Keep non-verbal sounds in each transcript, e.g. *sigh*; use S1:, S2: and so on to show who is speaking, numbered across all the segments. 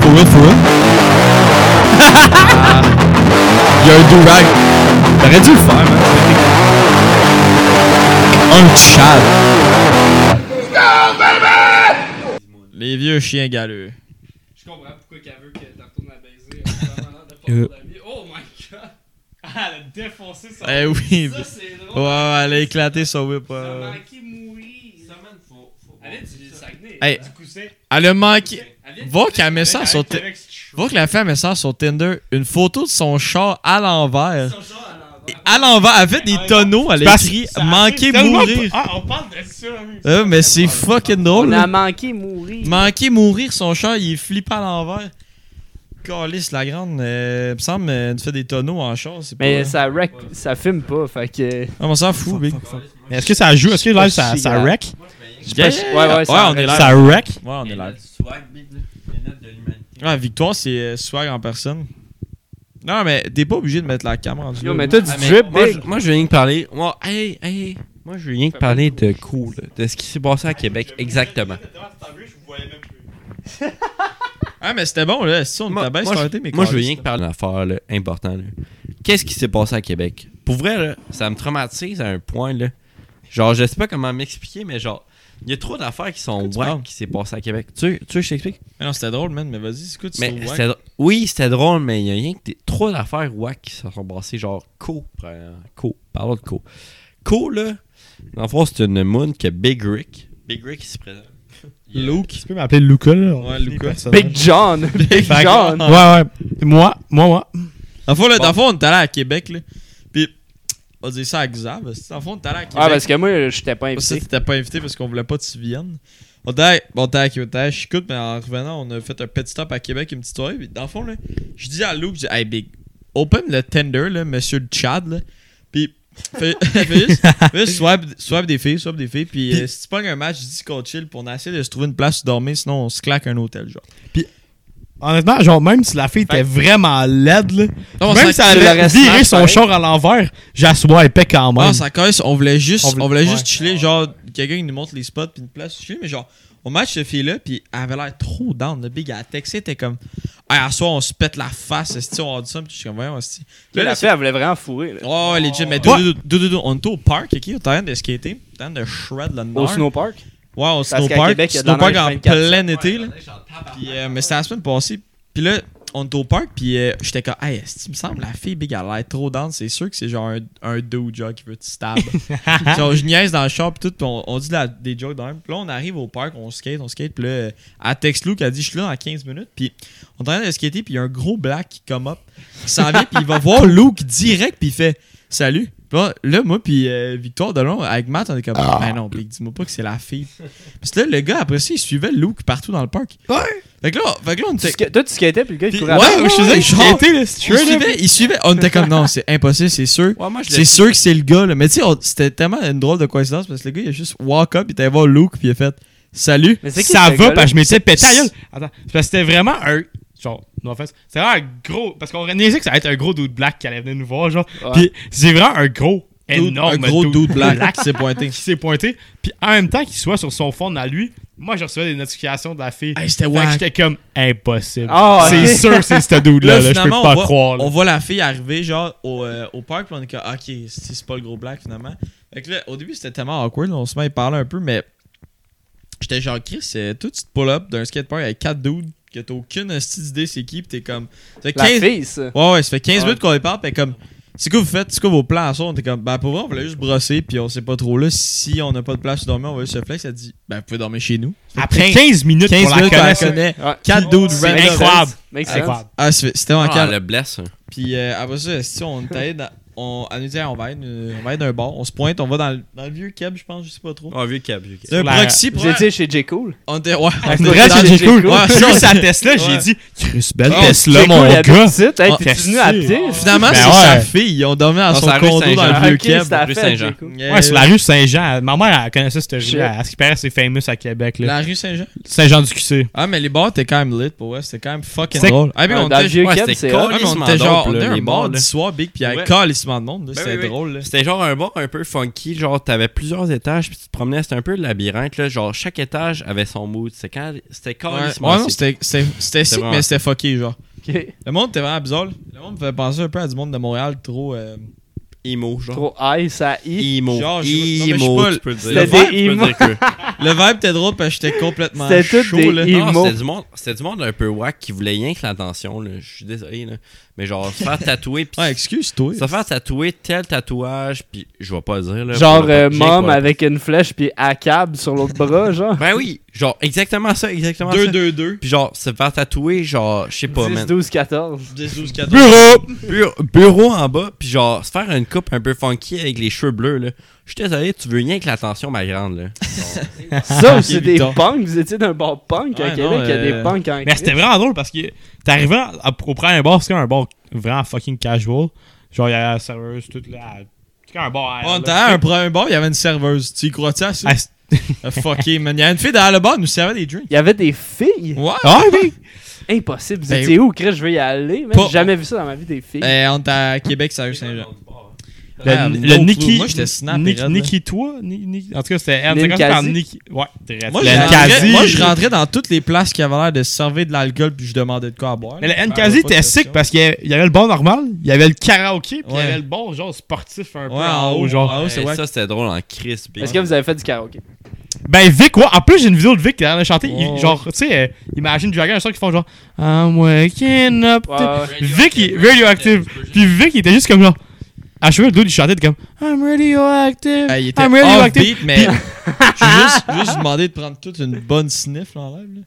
S1: Fouet, fouet. *laughs* Il y a un do-rag. T'aurais dû le faire, man. Un chad.
S2: Les vieux chiens galeux.
S3: Je comprends pourquoi qu'elle veut que t'en retournes à baiser. Elle a vraiment l'air de pas avoir d'amis. Oh my god! *laughs* Ah, elle a défoncé sa
S2: Eh oui.
S3: Ça, c'est drôle.
S2: Ouais, ouais, elle a éclaté son whip.
S3: Ça
S2: ouais.
S3: m'a manqué mourir. Elle est du Saguenay.
S2: Hey.
S3: Du Coussin.
S2: Elle a manqué.
S3: Elle vient de
S2: Va
S3: Québec,
S2: qu'elle met ça
S3: elle
S2: sur
S3: est de
S2: tes-
S3: Québec, c'est chaud.
S2: Vois que la femme elle sort sur Tinder une photo de son char à l'envers.
S3: Son genre à l'envers.
S2: À l'envers, elle fait des tonneaux, elle a
S1: Parce-
S2: écrit
S3: Ça
S2: manquer
S3: arrive tellement
S2: mourir.
S3: pas- Ah, on parle de ça. hein.
S2: Euh, mais c'est fucking drôle.
S4: On
S2: là.
S4: a manqué mourir.
S2: Manquer mourir, son char il est flippé à l'envers. Calice, la grande, euh, il me semble, euh, tu fais des tonneaux en char, c'est pas.
S4: Mais ça wreck, ça filme pas, fait que. euh,
S2: Ah, on s'en fout, big.
S1: Mais Est-ce que ça joue? Est-ce que live, ça,
S4: Si,
S1: ça
S4: grave.
S1: wreck?
S2: Yeah.
S4: Ouais, ouais,
S2: ouais,
S4: ça
S2: on est
S4: reste-
S2: live.
S1: Ça wreck?
S2: Ouais, on est live.
S5: Swag, big, là. Les notes de l'humanité.
S2: Ah, Victoire, c'est euh, swag en personne. Non, mais t'es pas obligé de mettre la caméra en dessous.
S4: Yo, mais toi, du
S5: Ah, mais
S4: drip,
S5: moi, je,
S4: big.
S5: moi, je veux rien que parler. Moi, hey, hey, moi, je veux rien que parler de cool, de ce qui s'est passé à Québec exactement.
S2: Ah, mais c'était bon, là. Si on
S5: Moi,
S2: t'a bien
S5: moi, je-
S2: arrêté, mais
S5: moi, je veux
S2: calice.
S5: rien que parler d'une affaire là, importante. là. Qu'est-ce qui s'est passé à Québec? Pour vrai, là, ça me traumatise à un point. Là. Genre, je sais pas comment m'expliquer, mais genre, il y a trop d'affaires qui sont
S2: Que tu parles?
S5: wack qui s'est passé à Québec. Tu veux, tu veux que je t'explique?
S2: Mais Non, c'était drôle, man, mais vas-y, c'est quoi tu
S5: Mais
S2: trouves, ouais?
S5: c'était dr- oui, c'était drôle, mais il y a rien que des- trop d'affaires wack qui se sont passées, genre Co. premièrement. Co. Parlons de Co. Co, là, dans le fond, c'est une moon que Big Rick. Big Rick, il se présente.
S4: *laughs*
S2: Luke.
S1: Tu peux m'appeler Luca, là? on
S2: Ouais,
S1: est des
S2: Luca.
S1: personnages.
S4: Big John. Big
S1: Fait que-
S4: John.
S1: Ouais, ouais. Moi, moi, moi.
S2: Dans le fond, là, dans le fond, on est allé à Québec, là. Puis, on va dire ça à Xav. parce que Dans le fond, on est allé à Québec.
S1: ben,
S4: Ah, parce que moi, j'étais pas
S2: Parce que
S4: invité.
S2: t'étais pas invité parce qu'on voulait pas que tu viennes. On était à- on était à Québec, on était à Chicoute, mais en revenant, on a fait un petit stop à Québec, une petite soirée. Puis dans le fond, là, je dis à Luke, je dis, hey Big, open le Tinder, là, monsieur Chad, là. Puis, fais, *laughs* fais juste, fais juste swipe, swipe des filles, swipe des filles. Puis, euh, si tu pognes un match, je dis qu'on chill, puis on essaie de se trouver une place où dormir, sinon on se claque un hôtel, genre.
S1: Honnêtement, genre, même si la fille était vraiment laide, là,
S2: Non, on
S1: même
S2: s'en-
S1: si
S4: tu
S1: elle
S4: l'aurais
S1: avait viré
S4: snap,
S1: son
S4: pareil.
S1: char à l'envers, j'assois quand
S2: Ah,
S1: même.
S2: ça casse, on voulait juste,
S1: On
S2: on
S1: voulait-
S2: voulait
S1: ouais.
S2: juste chiller, genre, quelqu'un qui nous montre les spots, puis une place où chiller, mais genre, on match cette fille-là, puis elle avait l'air trop down, le big, elle a texté, t'es comme, hey, à soir, on se pète la face, est on a dit ça, puis je suis comme, voyons, est Là,
S4: La
S2: là,
S4: fille, elle voulait vraiment fourrer. là.
S2: Oh, ouais, legit, mais doudou, doudou, doudou, on était au parc, ok, on était en train de skater, on était en train de shred le
S4: Au
S2: nord.
S4: snowpark.
S2: Ouais, au
S4: qu'à
S2: snowpark,
S4: Québec, il y a de la
S2: snowpark
S4: neige
S2: en
S4: 24,
S2: plein été, là. Puis, euh, mais c'était la semaine passée. Puis là, on était au parc, puis euh, j'étais comme, hey, est-ce qu'il me semble, la fille Big, elle a l'air trop down. C'est sûr que c'est genre un, un dude, genre, qui veut te stab. genre, je niaise dans le shop, puis tout, puis on, on dit de la- des jokes dans même. Puis là, on arrive au parc, on skate, on skate, puis là, euh, elle texte Luke, elle dit, je suis là dans 15 minutes, puis on est en train de skater, puis il y a un gros black qui come up, qui s'en vient, puis il va voir Luke direct, puis il fait, salut. Puis Là, là, moi, puis euh, Victoire Delon, avec Matt, on est comme, ben non, Big, dis-moi pas que c'est la fille. Parce que là, le gars, après ça, il suivait Luke partout dans le parc. Fait que là, fait que là on
S4: Tu
S2: était.
S4: ska- Toi, tu skatais, puis le gars, il
S2: Puis-
S4: courait
S2: ouais,
S4: après.
S2: je faisais genre.
S1: J'étais, là,
S2: Il suivait, il suivait. On était comme non, c'est impossible, c'est sûr. C'est sûr que c'est le gars, là. Mais tu sais, on- c'était tellement une drôle de coïncidence parce que le gars, il a juste walk up, il était allé voir Luke, puis il a fait Salut.
S4: Mais c'est qui
S1: ça
S4: ce
S1: va,
S4: gars-là?
S1: parce que je m'étais pété la gueule. Attends, c'est parce que c'était vraiment un. Genre, no offense. C'était vraiment un gros. Parce qu'on réalisait que ça allait être un gros dude black qui allait venir nous voir, genre.
S4: Ouais.
S1: Puis c'est vraiment un gros,
S2: Dude-
S1: énorme.
S2: un gros
S1: dude
S2: dude
S4: *laughs*
S2: black qui s'est pointé.
S1: qui s'est pointé. Puis en même temps qu'il soit sur son fond à lui, moi, je recevais des notifications de la fille.
S2: Hey, c'était
S1: Fait que
S2: wack.
S1: j'étais comme impossible.
S4: Ah, ok.
S1: C'est sûr, c'est ce dude-là,
S2: Là,
S1: là, je peux
S2: finalement,
S1: pas
S2: on, voit,
S1: croire. là.
S2: on voit la fille arriver genre au, euh, au parc, puis on est comme ok, c'est- c'est pas le gros black finalement. Fait que là, au début c'était tellement awkward, là, on se met à parler un peu, mais j'étais genre Chris, euh, toi tu te pull up d'un skatepark avec quatre dudes que t'as aucune hostie d'idée c'est qui, pis t'es comme. ça fait
S4: La
S2: 15
S4: fille, ça.
S2: Ouais, ouais, ça fait 15
S4: Ouais.
S2: minutes qu'on les parle, pis comme. C'est quoi vous faites? C'est quoi vos plans à soir? On était comme, ben pour vrai, on voulait juste brosser, puis on sait pas trop là. Si on n'a pas de place où dormir, on va juste se flex. Elle dit, ben vous pouvez dormir chez nous.
S1: Après 15 minutes,
S2: 15
S1: on
S2: minutes qu'on
S1: la
S2: la
S1: connaît.
S2: connaît.
S4: Ouais.
S2: 4
S4: Oh,
S2: dudes
S1: C'est
S2: random.
S1: incroyable.
S4: Make
S1: C'est
S4: sense.
S1: incroyable.
S2: Ah, c'est- c'était en
S5: Ah,
S2: calme.
S5: le blesse. hein.
S2: Puis euh, après ça, si on était dans- on, elle nous dit, on va être, euh, on va être d'un bar, on se pointe, on va dans le, dans le vieux keb, je pense, je sais pas trop.
S5: Ah, vieux cab, vieux cab.
S2: C'est un
S1: la-
S2: proxy,
S4: Vous
S2: pour-
S4: étiez chez J. Cool.
S2: on était, ouais, on
S1: Pour
S2: était
S1: vrai,
S2: dans
S1: c'est
S2: le-
S1: J. Cool.
S2: Ouais,
S1: J'ai
S2: ça,
S1: vu sa Tesla,
S2: Ouais.
S1: j'ai dit, Chris, belle
S2: Oh,
S1: Tesla,
S4: J. Cool,
S1: mon
S4: il y a
S1: gars.
S4: des petites. Hey,
S1: Oh,
S4: T'es venu à
S1: merci.
S4: pied?
S2: *laughs* Finalement,
S1: Ben
S2: c'est
S1: ouais.
S2: sa fille, ils ont dormi à
S5: Non,
S2: son
S5: c'est la rue
S2: condo dans
S5: Saint-Jean.
S2: le vieux
S4: Ok,
S2: keb. Euh,
S4: c'était à
S5: rue
S4: fait,
S5: Saint-Jean.
S4: J. Cool.
S2: Yeah.
S1: Ouais, sur la rue Saint-Jean. Ma mère, elle connaissait cette
S4: Shit.
S1: rue. À ce qui paraît, c'est famous à Québec. là.
S2: La rue Saint-Jean.
S1: Saint-Jean-du-QC.
S2: Ah, mais les bars étaient quand même lit pour vrai, c'était quand même fucking
S1: C'est-
S2: drôle. Ah, mais
S4: Ouais,
S2: on
S4: Dans le
S2: était
S4: vieux
S5: Ouais,
S4: Cap,
S5: c'était
S4: c'est
S5: con.
S2: ah, mais on était genre, on était un
S5: les
S2: bar
S5: bars,
S2: du
S5: là.
S2: soir, Big, pis
S5: Ouais.
S2: elle colle, il se testament de monde. là.
S5: Ben
S2: C'était
S5: oui, oui.
S2: drôle. là.
S5: C'était genre un bar un peu funky, genre t'avais plusieurs étages puis tu te promenais, c'était un peu le labyrinthe là, genre chaque étage avait son mood, c'était quand c'était
S2: Ouais, ouais,
S5: carrément
S2: non, c'était c'était- c'était sick,
S5: vraiment-
S2: mais c'était fucké, genre.
S4: Ok.
S2: Le monde était vraiment bizarre. là. Le monde me fait penser un peu à du monde de Montréal trop. euh,
S5: emo genre.
S4: Trop high, ça I.
S5: Emo,
S2: Genre, je- non, mais je suis
S5: emo,
S2: pas-
S5: tu peux le dire.
S4: C'était
S5: Le verbe,
S4: des
S5: tu peux
S4: emo.
S5: dire que-
S2: Le vibe était drôle parce que j'étais complètement
S4: C'était tout
S2: chaud,
S4: des
S2: là.
S4: emo.
S5: Non, c'était du monde, c'était du monde un peu wack qui voulait rien que l'attention là, je suis désolé là, mais genre se faire tatouer *laughs* puis
S2: Ouais, excuse-toi.
S5: se faire tatouer tel tatouage puis je vais pas le dire là.
S4: Genre
S5: pour le
S4: euh,
S5: public,
S4: mom
S5: ouais.
S4: avec une flèche puis à cab sur l'autre bras, genre.
S5: Ben oui, genre exactement ça, exactement ça.
S2: 2-2-2.
S5: Puis genre se faire tatouer genre je sais pas man.
S4: 10, 12, 14.
S2: *laughs* 10-12-14.
S5: Bureau! Bureau, bureau en bas, puis genre, se faire une coupe un peu funky avec les cheveux bleus, là. Je suis désolé, tu veux rien que l'attention, ma grande, là.
S4: Ça,
S2: Ok,
S4: c'est des
S2: Victor.
S4: punks. Vous étiez d'un bar punk à
S2: Ouais,
S4: Québec.
S2: non,
S4: Il y a
S2: euh,
S4: des punks en
S1: Mais c'était
S4: Christ.
S1: vraiment drôle parce que t'arrivais à- au premier bar, c'est comme un bar vraiment fucking casual. Genre, il y a la serveuse, tout là. C'est comme un bar. à air,
S2: On
S1: là.
S2: était à un premier bar, il y avait une serveuse. Tu y crois-tu à ça?
S1: Ah, c'est-
S2: Ah, Fucké, man. Il y avait une fille derrière le bar, elle nous servait des drinks.
S4: Il y avait des filles.
S2: Ouais.
S1: Ah oui!
S4: Impossible. Vous
S2: Ben,
S4: étiez où, Chris? Je veux y aller. man.
S2: Pas-
S4: J'ai jamais vu ça dans ma vie, des filles.
S2: Eh, on était à Québec, sérieux Saint-Jean.
S1: Le,
S2: Ah,
S1: le
S2: no clue.
S1: Nikki.
S2: Moi, j'étais snap
S1: Niki-
S2: et raide,
S1: Niki, toi? Ni- Ni- En tout cas, c'était. Elle
S4: Lynn
S1: commencé par
S4: Kazi.
S1: Niki. Ouais, direct.
S2: Moi,
S1: Le
S2: je rentrais,
S1: Nkazi.
S2: moi, je rentrais dans toutes les places qui avaient l'air de se servir de l'alcool puis je demandais de quoi à boire.
S1: Mais le
S2: Ouais,
S1: NKZ
S2: ouais, pas
S1: était
S2: de
S1: sick
S2: question.
S1: parce qu'il y avait- il y avait le bar normal, il y avait le karaoké, puis il y
S2: Ouais.
S1: avait le bar genre sportif un peu
S2: Ouais,
S1: en
S2: en
S1: haut,
S2: haut,
S1: genre.
S2: en haut. Ah oui, c'est
S5: Eh,
S2: vrai.
S5: Ça, c'était drôle en crisp.
S4: Est-ce que vous avez fait du karaoké?
S1: Ben Vic, ouais. En plus, j'ai une vidéo de Vic qui est en train de chanter. il-
S2: Ouais.
S1: genre, tu sais, euh, Imagine Dragon, un son qui font genre I'm waking up.
S4: Ouais,
S1: to-
S4: ouais.
S1: Vic, il- radioactive. Puis Vic, il était juste comme genre. À cheveux, l'autre, il chantait de comme I'm radioactive.
S2: Eh, il était
S1: I'm radioactive.
S2: offbeat, mais j'ai juste, juste demandé de prendre toute une bonne sniff là, en live.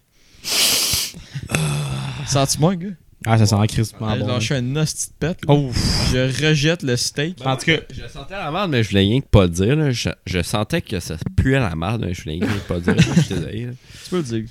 S2: là. Sens-tu-moi, gars?
S1: Ah, ça sent crispement
S2: J'ai
S1: bon.
S2: lâché un hostie de pète. là.
S1: Oh,
S2: Je rejette le steak.
S1: Ben en tout cas,
S5: Je sentais la merde, mais je voulais rien que pas le dire, là. Je, je sentais que ça puait la merde, mais je voulais rien que pas le dire. Je suis désolé, là.
S2: Tu peux le dire.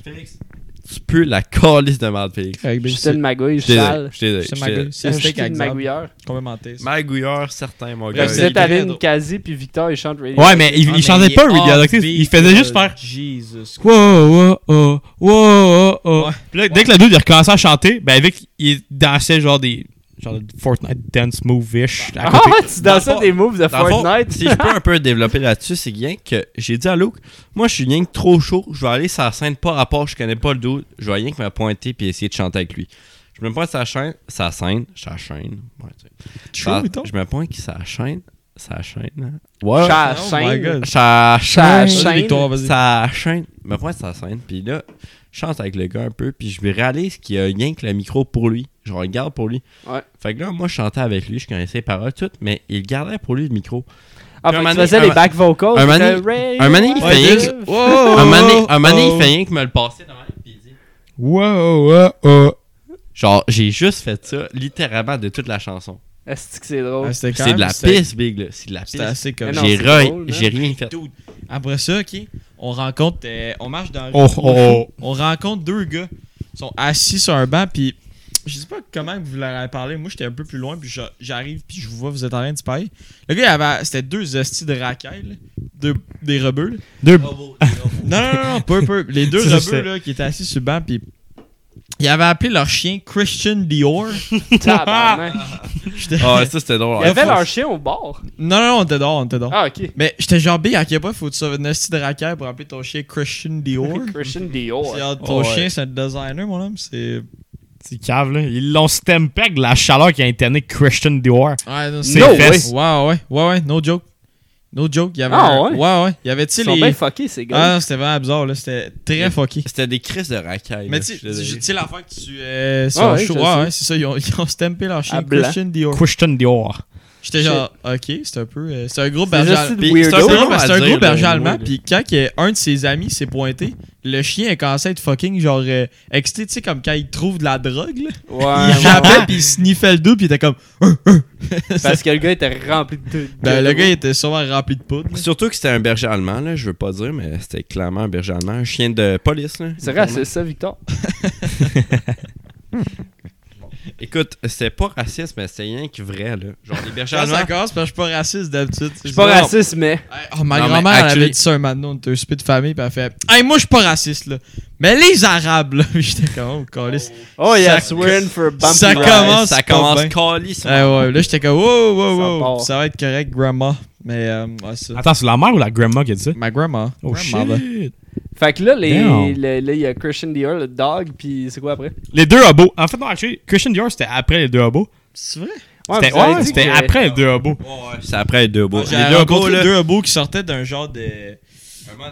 S5: Tu pues la calice de merde, Félix.
S2: Correct, ben,
S4: J'étais une
S2: c'est-
S4: magouille,
S5: Je suis désolé,
S4: sale.
S5: je suis désolé.
S2: C'est
S5: je
S2: ma
S5: suis
S2: gueule.
S5: désolé.
S2: C'est un steak
S4: J'étais
S2: à
S4: une
S2: exemple.
S4: magouilleur.
S2: Complémenté. ça.
S5: Magouilleur, certain, mon
S4: Fait
S5: gars.
S4: que Vous
S2: c'est
S4: êtes allé à une
S2: drôle.
S4: quasi, puis Victor, il chante Radio.
S1: ouais, mais il,
S2: Ah,
S1: il
S2: mais
S1: chantait pas
S2: est
S1: radioactive.
S2: offbeat, euh.
S1: Il faisait juste
S2: là.
S1: faire.
S2: Jesus.
S1: Wow, wow, oh, wow, oh, oh.
S2: Ouais.
S1: Puis là, dès que le dude il recommençait à chanter, ben Vic, il dansait genre des. Genre de Fortnite dance move-ish. à
S4: Ah,
S1: côté.
S4: tu
S5: Dans le
S4: dansais
S5: fond-
S4: des moves de
S5: Dans le fond,
S4: Fortnite.
S5: si je peux un peu développer là-dessus, c'est rien que j'ai dit à Luke, moi je suis rien que trop chaud, je vais aller sur la scène pas rapport, je connais pas le dude, je vais rien que me pointer puis essayer de chanter avec lui. Je me pointe sa chaîne, sa scène, sa chaîne. ouais, tu sais. Sa-
S2: True, mettons.
S5: je me pointe qui sa chaîne, sa chaîne. hein. Ouais.
S4: Cha
S2: Oh my
S4: chaîne.
S2: God.
S5: Sa
S4: Cha
S5: chaîne.
S2: Vas-y,
S4: chaîne.
S2: Victor, vas-y.
S5: Sa chaîne. Je me pointe sa scène puis là, je chante avec le gars un peu puis je me réalise qu'il y a rien que le micro pour lui. Je regarde pour lui.
S4: Ouais.
S5: Fait que là, moi, je chantais avec lui, je connaissais les paroles toutes, mais il gardait pour lui le micro.
S4: Ah,
S5: Un
S4: fait que tu
S5: mané-
S4: faisais
S5: un
S4: les
S5: ma-
S4: back vocals.
S5: un mané-
S4: c'était
S5: un mané, il
S2: Ouais,
S5: fait
S2: Diz.
S5: rien
S4: Radio.
S2: Oh, oh,
S5: un mané,
S2: oh,
S5: un mané,
S2: oh.
S5: il fait rien que me le passer dans ma main, puis il dit-
S1: Wow, wow, oh.
S5: Genre, j'ai juste fait ça, littéralement, de toute la chanson.
S4: Est-ce que c'est drôle?
S2: Ah, c'était
S5: C'est
S2: quand
S5: de
S2: même-
S5: la
S2: c'était-
S5: pisse, Big, là. C'est de la
S2: C'était
S5: pisse.
S2: assez comme
S4: Mais non,
S5: J'ai
S4: c'est
S5: re-
S4: drôle,
S5: j'ai rien fait.
S2: Dude. Après ça, ok, on rencontre, euh, on marche dans la rue.
S1: Oh, oh, oh.
S2: on rencontre deux gars, ils sont assis sur un banc, puis je sais pas comment vous leur avez parlé, moi j'étais un peu plus loin, puis je- j'arrive, puis je vous vois, vous êtes en train de se parler. Le gars, il avait, c'était deux hosties de racailles, là, deux, des rebeux. là.
S1: Deux.
S2: Non, non, non, non, pas, pas.
S1: *laughs*
S2: Les deux
S1: Ça, je sais.
S2: rebeux là, qui étaient assis sur le banc, puis ils avaient appelé leur chien Christian Dior.
S4: Tabarnak.
S2: J'étais-
S5: Ah, ça, c'était drôle.
S4: Il y avait
S2: faut-
S4: leur chien au bar.
S2: Non, non, non, on était dehors, on était dehors.
S4: Ah, ok.
S2: Mais j'étais genre B, à quel point faut que tu sois une hostie de racaille pour appeler ton chien Christian
S4: *laughs*
S2: Dior?
S4: Christian Dior.
S2: C'est- ton
S5: Ouais.
S2: Oh, chien, c'est un designer, mon homme. C'est.
S1: C'est cave, là. Ils l'ont stampé avec la chaleur qui a interné Christian Dior.
S2: Ouais, non,
S1: Ses
S2: c'est-
S1: fesses.
S2: Ouais, ouais, ouais, ouais, no joke. No joke. Il y avait.
S4: Ah,
S2: un-
S4: ouais?
S2: Ouais, ouais. Il y avait, tu sais,
S4: Ils sont
S2: les.
S4: bien fuckés, ces
S2: ah,
S4: gars.
S2: non, c'était vraiment bizarre, là. C'était très
S5: Yeah.
S2: fucké.
S5: C'était des crises de racaille.
S2: Mais
S5: là,
S2: tu
S5: je suis désolé.
S2: tu- tu sais, l'affaire que tu. Euh, sur
S4: Ah,
S2: un
S4: ouais,
S2: show,
S4: je
S2: ouais,
S4: sais.
S2: ouais, c'est ça. Ils ont, *laughs* ils ont stampé leur chien
S4: À blanc.
S2: Christian Dior.
S1: Christian Dior.
S2: J'étais genre, ok, c'est un peu. euh, c'est un gros
S4: C'est
S2: berger.
S4: juste
S2: allemand.
S4: une
S5: Puis
S4: weirdo.
S5: c'est
S2: C'est
S5: un
S2: drôle
S5: long
S2: parce que
S5: à
S2: c'est un
S5: dire,
S2: gros
S5: là,
S2: berger
S5: oui,
S2: allemand,
S5: là.
S2: puis quand que un de ses amis s'est pointé, le chien a commencé à être fucking genre euh, excité, tu sais, comme quand il trouve de la drogue, là.
S4: Ouais,
S2: *laughs* il
S4: ouais,
S2: jappait,
S4: ouais.
S2: puis il sniffait le dos, puis il était comme. hein?
S4: Parce que le gars était rempli de. de-
S2: Ben, le
S4: de-
S2: gars, il était sûrement rempli de poudre. là.
S5: Surtout que c'était un berger allemand, là, je veux pas dire, mais c'était clairement un berger allemand, un chien de police. là.
S4: C'est vrai, c'est ça, Victor.
S5: Écoute, c'était pas raciste, mais c'était rien que vrai, là. Genre, les bergers
S2: Genre, ça
S5: allemands.
S2: casse parce que je suis pas raciste d'habitude.
S4: Je suis pas raciste, mais.
S2: Oh, ma
S5: Non, mais
S2: grand-mère, elle
S5: actually-
S2: avait dit ça un matin, on était au souper de famille, puis elle fait Hey, moi, je suis pas raciste, là. Mais les Arabes, là. *laughs* Puis j'étais comme, oh, calice.
S4: Oh yes,
S2: Ça-
S4: we're in for a bumpy
S2: ça
S4: ride.
S2: commence-
S5: ça
S2: pas
S5: commence
S2: bien.
S5: calice.
S2: Eh ouais, là, j'étais comme, wow,
S4: Ça
S2: wow, wow.
S4: part.
S2: Ça va être correct, grandma. Mais, euh, ouais, ça.
S1: Attends, c'est la mère ou la grandma qui a dit ça?
S2: Ma grandma. ben.
S1: Oh
S2: grandma, là.
S1: shit!
S4: Fait que là, les,
S1: Damn.
S4: le- là, il y a Christian Dior, le dog, puis c'est quoi après?
S1: Les deux hobos. En fait, non, actually, Christian Dior, c'était après les deux hobos.
S2: C'est vrai?
S1: C'était
S4: vous avez
S1: ouais,
S4: dit
S1: c'était
S4: que-
S1: après les deux hobos.
S5: C'est après les deux beaux.
S2: J'ai
S5: les deux beaux,
S2: rencontré
S5: là.
S2: deux hobos qui sortaient d'un genre de.